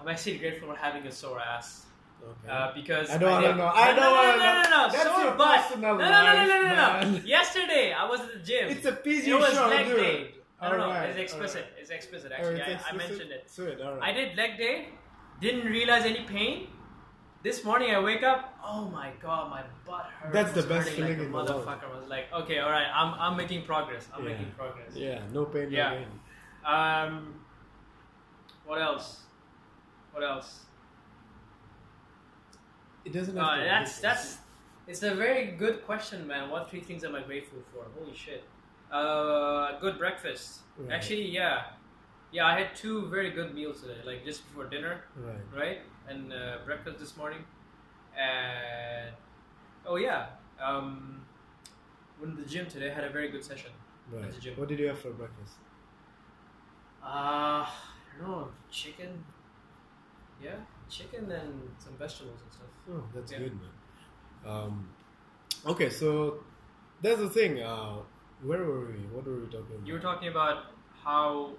[SPEAKER 2] I'm actually grateful for having a sore ass
[SPEAKER 1] okay.
[SPEAKER 2] uh, because
[SPEAKER 1] I don't
[SPEAKER 2] I
[SPEAKER 1] wanna
[SPEAKER 2] think-
[SPEAKER 1] know. I
[SPEAKER 2] No,
[SPEAKER 1] don't
[SPEAKER 2] no,
[SPEAKER 1] wanna
[SPEAKER 2] no,
[SPEAKER 1] know.
[SPEAKER 2] no, no, no,
[SPEAKER 1] That's
[SPEAKER 2] sore
[SPEAKER 1] your
[SPEAKER 2] butt.
[SPEAKER 1] personal
[SPEAKER 2] no, no, no, no, no, no, no,
[SPEAKER 1] life, man.
[SPEAKER 2] Yesterday I was at the gym.
[SPEAKER 1] it's a PG
[SPEAKER 2] it was
[SPEAKER 1] show,
[SPEAKER 2] leg
[SPEAKER 1] dude.
[SPEAKER 2] day. I don't
[SPEAKER 1] All
[SPEAKER 2] know.
[SPEAKER 1] right,
[SPEAKER 2] It's explicit.
[SPEAKER 1] all right.
[SPEAKER 2] It's explicit.
[SPEAKER 1] Oh,
[SPEAKER 2] Actually,
[SPEAKER 1] it's
[SPEAKER 2] I, I
[SPEAKER 1] explicit?
[SPEAKER 2] mentioned it.
[SPEAKER 1] Sweet, all
[SPEAKER 2] I
[SPEAKER 1] right.
[SPEAKER 2] did leg day, didn't realize any pain. This morning I wake up, oh my god, my butt hurts.
[SPEAKER 1] That's the best
[SPEAKER 2] like
[SPEAKER 1] feeling
[SPEAKER 2] a
[SPEAKER 1] in the world.
[SPEAKER 2] motherfucker. was like, okay, all right, I'm I'm making progress. I'm
[SPEAKER 1] Yeah.
[SPEAKER 2] making progress.
[SPEAKER 1] Yeah, no pain, no
[SPEAKER 2] Yeah.
[SPEAKER 1] gain.
[SPEAKER 2] Um, what else? What else?
[SPEAKER 1] It doesn't. Have
[SPEAKER 2] Uh,
[SPEAKER 1] to be
[SPEAKER 2] that's
[SPEAKER 1] anything.
[SPEAKER 2] that's. It's a very good question, man. What three things am I grateful for? Holy shit! Uh, good breakfast.
[SPEAKER 1] Right.
[SPEAKER 2] Actually, yeah, yeah. I had two very good meals today, like just before dinner.
[SPEAKER 1] right.
[SPEAKER 2] right? And uh, breakfast this morning. And oh yeah, um, went to the gym today. Had a very good session.
[SPEAKER 1] Right.
[SPEAKER 2] That's a gym.
[SPEAKER 1] What did you have for breakfast?
[SPEAKER 2] Uh, I don't know, chicken. Yeah, chicken and some vegetables and stuff.
[SPEAKER 1] Oh, that's
[SPEAKER 2] Yeah.
[SPEAKER 1] good, man. Um, okay, so that's the thing. Uh, where were we? What were we talking about?
[SPEAKER 2] You were talking about how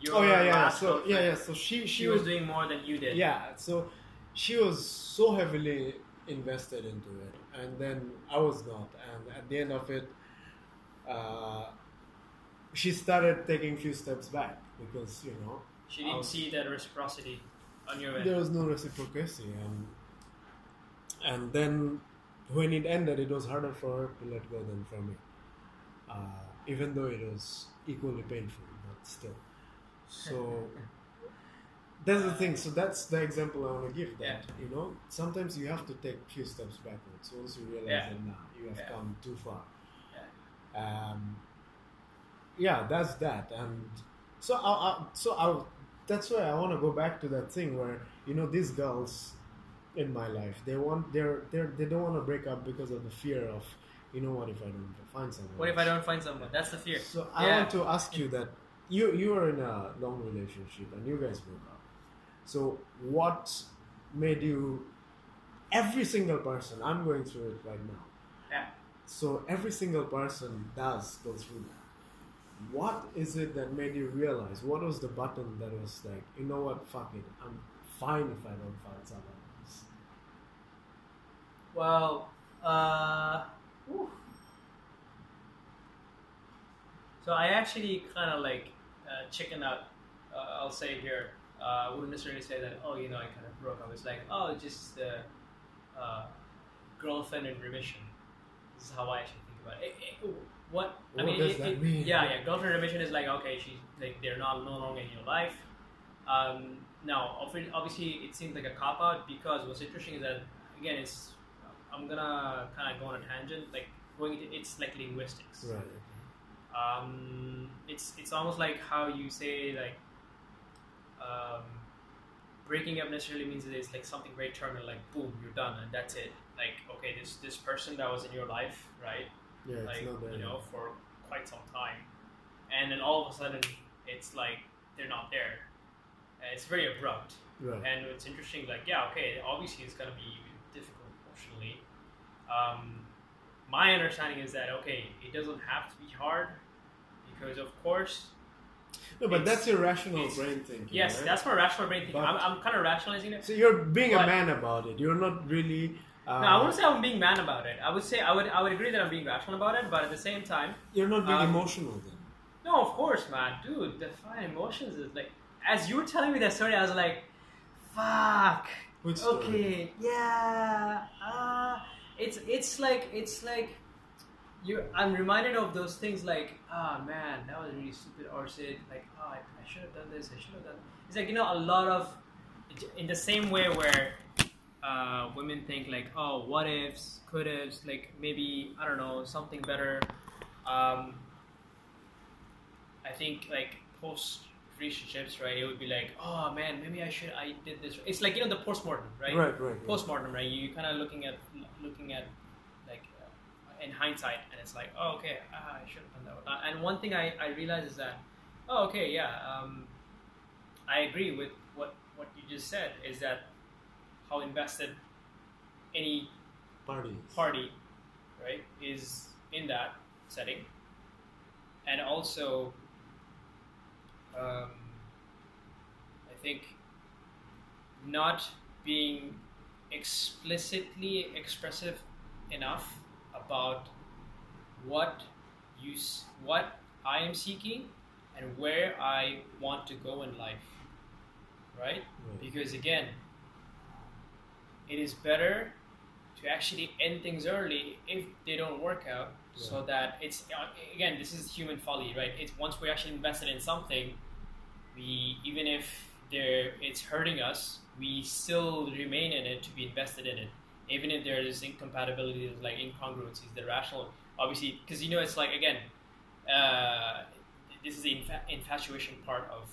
[SPEAKER 2] your
[SPEAKER 1] Oh yeah, yeah.
[SPEAKER 2] last
[SPEAKER 1] So yeah,
[SPEAKER 2] girlfriend,
[SPEAKER 1] yeah. So she she,
[SPEAKER 2] She was doing more than you did.
[SPEAKER 1] yeah. So she was so heavily invested into it, and then I was not. And at the end of it, uh, she started taking few steps back because you know
[SPEAKER 2] She didn't
[SPEAKER 1] Um,
[SPEAKER 2] see that reciprocity on your end.
[SPEAKER 1] there was no reciprocity and and then when it ended it was harder for her to let go than for me uh, even though it was equally painful but still so that's the thing so that's the example i want to give that you know sometimes you have to take few steps backwards once you realize
[SPEAKER 2] Yeah.
[SPEAKER 1] that now you have
[SPEAKER 2] Yeah.
[SPEAKER 1] come too far yeah. um yeah that's that and so I, I so I that's why I want to go back to that thing where you know these girls in my life they want they're they're they don't want to break up because of the fear of you know what if I don't find someone
[SPEAKER 2] What if I
[SPEAKER 1] else?
[SPEAKER 2] don't find someone? That's the fear.
[SPEAKER 1] so I
[SPEAKER 2] Yeah.
[SPEAKER 1] want to ask you that you you were in a long relationship and you guys broke up so what made you every single person I'm going through it right now
[SPEAKER 2] Yeah.
[SPEAKER 1] so every single person does go through that. What is it that made you realize? What was the button that was like, you know what, fuck it, I'm fine if I don't find someone else.
[SPEAKER 2] Well, uh, oof. so I actually kind of like uh, chicken out. Uh, I'll say here. Uh, I wouldn't necessarily say that. Oh, you know, I kind of broke up. It's like, oh, just the uh, girlfriend in remission. This is how I actually think about it. Eh, eh, what I
[SPEAKER 1] What
[SPEAKER 2] mean,
[SPEAKER 1] does
[SPEAKER 2] it-
[SPEAKER 1] that
[SPEAKER 2] it-
[SPEAKER 1] mean?
[SPEAKER 2] yeah, yeah. Girlfriend in remission is like okay, she's like they're not no longer in your life. Um, now, obvi- obviously, it seems like a cop out because what's interesting is that again, it's I'm gonna kind of go on a tangent. Like going, into, it's like linguistics.
[SPEAKER 1] Right.
[SPEAKER 2] Um, it's it's almost like how you say like um, breaking up necessarily means that it's like something very terminal, like boom, you're done, and that's it. Like okay, this this person that was in your life, right?
[SPEAKER 1] Yeah, it's
[SPEAKER 2] like
[SPEAKER 1] not there.
[SPEAKER 2] you know for quite some time and then all of a sudden it's like they're not there and it's very abrupt
[SPEAKER 1] right.
[SPEAKER 2] and it's interesting like yeah okay obviously it's going to be difficult emotionally um, my understanding is that okay it doesn't have to be hard because of course
[SPEAKER 1] No, but
[SPEAKER 2] it's-
[SPEAKER 1] that's your rational
[SPEAKER 2] it's-
[SPEAKER 1] brain thinking.
[SPEAKER 2] yes
[SPEAKER 1] right?
[SPEAKER 2] that's my rational brain thinking
[SPEAKER 1] But-
[SPEAKER 2] I'm, I'm kind of rationalizing it
[SPEAKER 1] So you're being a
[SPEAKER 2] But-
[SPEAKER 1] man about it. You're not really Um,
[SPEAKER 2] no, I wouldn't say I'm being man about it. I would say I would I would agree that I'm being rational about it, but at the same time,
[SPEAKER 1] You're not being
[SPEAKER 2] um,
[SPEAKER 1] emotional then.
[SPEAKER 2] no, of course, man, dude, define emotions is like as you were telling me that story, I was like, fuck,
[SPEAKER 1] Which story?
[SPEAKER 2] okay, yeah, uh, it's it's like it's like you. I'm reminded of those things like, ah, man, that was really stupid, or said like, ah, I, I should have done this, I should have done. It's like you know a lot of in the same way where uh, women think like, oh, what ifs, could ifs, like maybe I don't know something better. Um, I think like post relationships, right? It would be like, oh man, maybe I should. I did this. It's like you know the postmortem, right?
[SPEAKER 1] Right, right. right.
[SPEAKER 2] Postmortem, right? You kind of looking at looking at like uh, in hindsight, and it's like, oh okay, ah, I should have done that. Uh, and one thing I I realized is that, oh okay, yeah, um, I agree with what what you just said. Is that how invested any
[SPEAKER 1] Party.
[SPEAKER 2] party, right, is in that setting, and also, um, I think, not being explicitly expressive enough about what you s- what I am seeking and where I want to go in life, right?
[SPEAKER 1] Right.
[SPEAKER 2] Because again, it is better to actually end things early if they don't work out, so that it's uh, again this is human folly, right? It's once we're actually invested in something, we even if there it's hurting us, we still remain in it to be invested in it, even if there is incompatibilities like incongruencies. The rational, obviously, because you know it's like again, uh, this is the infa- infatuation part of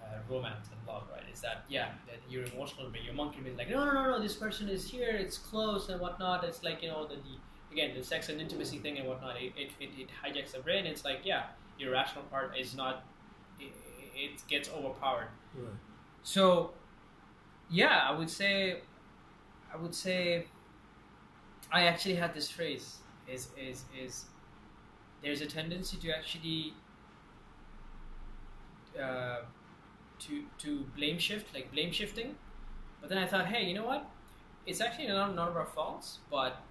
[SPEAKER 2] uh, romance and love, right? Is that yeah, that you're emotional, but your monkey is like, no, no, no, no, this person is here, it's close and whatnot. It's like you know the, the again the sex and intimacy thing and whatnot. It it, it, it hijacks the brain. It's like yeah, your rational part is not. It, it gets overpowered.
[SPEAKER 1] Right.
[SPEAKER 2] So, yeah, I would say, I would say, I actually had this phrase is is is there's a tendency to actually uh, to to blame shift like blame shifting, but then I thought, hey, you know what? It's actually not none of our faults, but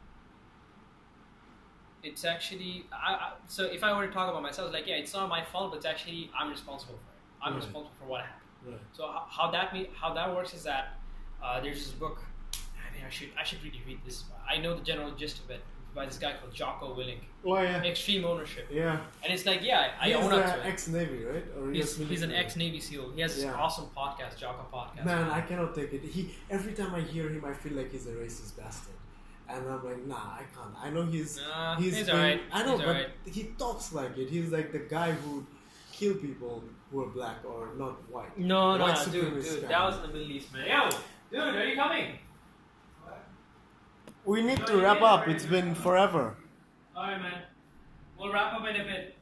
[SPEAKER 2] it's actually I, I, so if I were to talk about myself, like yeah, it's not my fault, but it's actually I'm responsible for it. I'm
[SPEAKER 1] Right.
[SPEAKER 2] responsible for what happened.
[SPEAKER 1] Right.
[SPEAKER 2] So how, how that me- how that works is that uh, there's this book. I mean, I should I should really read this. I know the general gist of it by this guy called Jocko Willink.
[SPEAKER 1] Oh yeah.
[SPEAKER 2] Extreme ownership,
[SPEAKER 1] Yeah.
[SPEAKER 2] and it's like yeah, I
[SPEAKER 1] he's
[SPEAKER 2] own up to it.
[SPEAKER 1] ex Navy, right? Or
[SPEAKER 2] He's,
[SPEAKER 1] US
[SPEAKER 2] he's an
[SPEAKER 1] military.
[SPEAKER 2] ex Navy SEAL. He has this
[SPEAKER 1] Yeah.
[SPEAKER 2] awesome podcast, Jocko Podcast.
[SPEAKER 1] Man, I cannot take it. He every time I hear him, I feel like he's a racist bastard, and I'm like, nah, I can't. I know he's
[SPEAKER 2] Nah,
[SPEAKER 1] he's,
[SPEAKER 2] he's
[SPEAKER 1] been-
[SPEAKER 2] alright.
[SPEAKER 1] I know,
[SPEAKER 2] He's
[SPEAKER 1] but
[SPEAKER 2] alright.
[SPEAKER 1] he talks like it. He's like the guy who kill people who are black or not white.
[SPEAKER 2] no, no,
[SPEAKER 1] White
[SPEAKER 2] no, dude,
[SPEAKER 1] supremacist
[SPEAKER 2] dude,
[SPEAKER 1] guy.
[SPEAKER 2] that was in the Middle East, man. Yo, dude, are you coming?
[SPEAKER 1] We need
[SPEAKER 2] No,
[SPEAKER 1] to
[SPEAKER 2] you
[SPEAKER 1] wrap
[SPEAKER 2] did
[SPEAKER 1] up.
[SPEAKER 2] already.
[SPEAKER 1] It's been forever.
[SPEAKER 2] All right, man. We'll wrap up in a bit.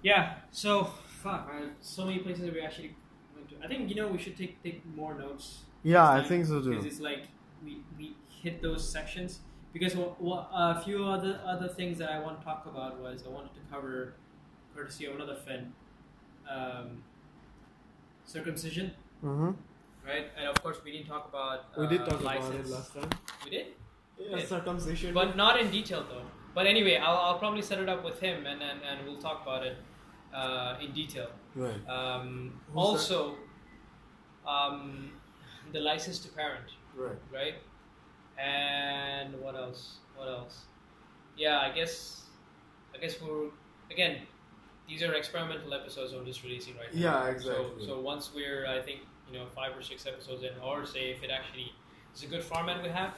[SPEAKER 2] Yeah. So fuck, man. So many places that we actually went to. I think you know we should take take more notes.
[SPEAKER 1] Yeah,
[SPEAKER 2] this
[SPEAKER 1] I
[SPEAKER 2] time,
[SPEAKER 1] think so
[SPEAKER 2] Because
[SPEAKER 1] too.
[SPEAKER 2] it's like we we hit those sections. Because wha- wha- a few other other things that I want to talk about was I wanted to cover, courtesy of another Finn, um, circumcision,
[SPEAKER 1] hmm
[SPEAKER 2] right? And of course, we didn't talk about.
[SPEAKER 1] We
[SPEAKER 2] uh,
[SPEAKER 1] did talk
[SPEAKER 2] license.
[SPEAKER 1] about it last time.
[SPEAKER 2] We did.
[SPEAKER 1] Yeah,
[SPEAKER 2] Yeah.
[SPEAKER 1] circumcision.
[SPEAKER 2] But not in detail though. But anyway, I'll, I'll probably set it up with him and, and, and we'll talk about it uh, in detail.
[SPEAKER 1] right.
[SPEAKER 2] Um,
[SPEAKER 1] Who's
[SPEAKER 2] also, um, the license to parent,
[SPEAKER 1] Right.
[SPEAKER 2] right? And what else? What else? Yeah, I guess, I guess we're again. These are experimental episodes. I'm just releasing right now.
[SPEAKER 1] Yeah, exactly.
[SPEAKER 2] So, so once we're, I think, you know, five or six episodes in, or say if it actually is a good format we have,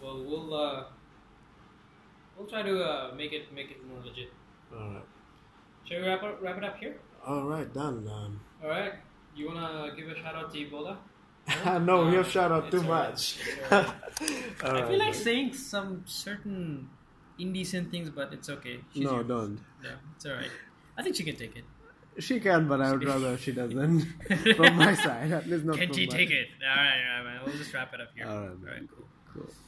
[SPEAKER 2] well, we'll uh, we'll try to uh, make it make it more legit.
[SPEAKER 1] All right.
[SPEAKER 2] Should we wrap, up, wrap it up here?
[SPEAKER 1] All right. Done. Um,
[SPEAKER 2] All right. You wanna give a shout out to Ebola?
[SPEAKER 1] no, we have
[SPEAKER 2] Uh,
[SPEAKER 1] shout out too
[SPEAKER 2] it's all right.
[SPEAKER 1] much.
[SPEAKER 2] It's all right. I
[SPEAKER 1] Alright.
[SPEAKER 2] feel like saying some certain indecent things, but it's okay. She's
[SPEAKER 1] no,
[SPEAKER 2] your-
[SPEAKER 1] don't.
[SPEAKER 2] no, it's all right. I think she can take it.
[SPEAKER 1] She can, but I would rather she doesn't. from my side, at least not
[SPEAKER 2] can
[SPEAKER 1] from
[SPEAKER 2] she
[SPEAKER 1] my
[SPEAKER 2] take it? All right, all right, man. We'll just wrap it up here.
[SPEAKER 1] All right,
[SPEAKER 2] all
[SPEAKER 1] man.
[SPEAKER 2] right, cool.
[SPEAKER 1] Cool.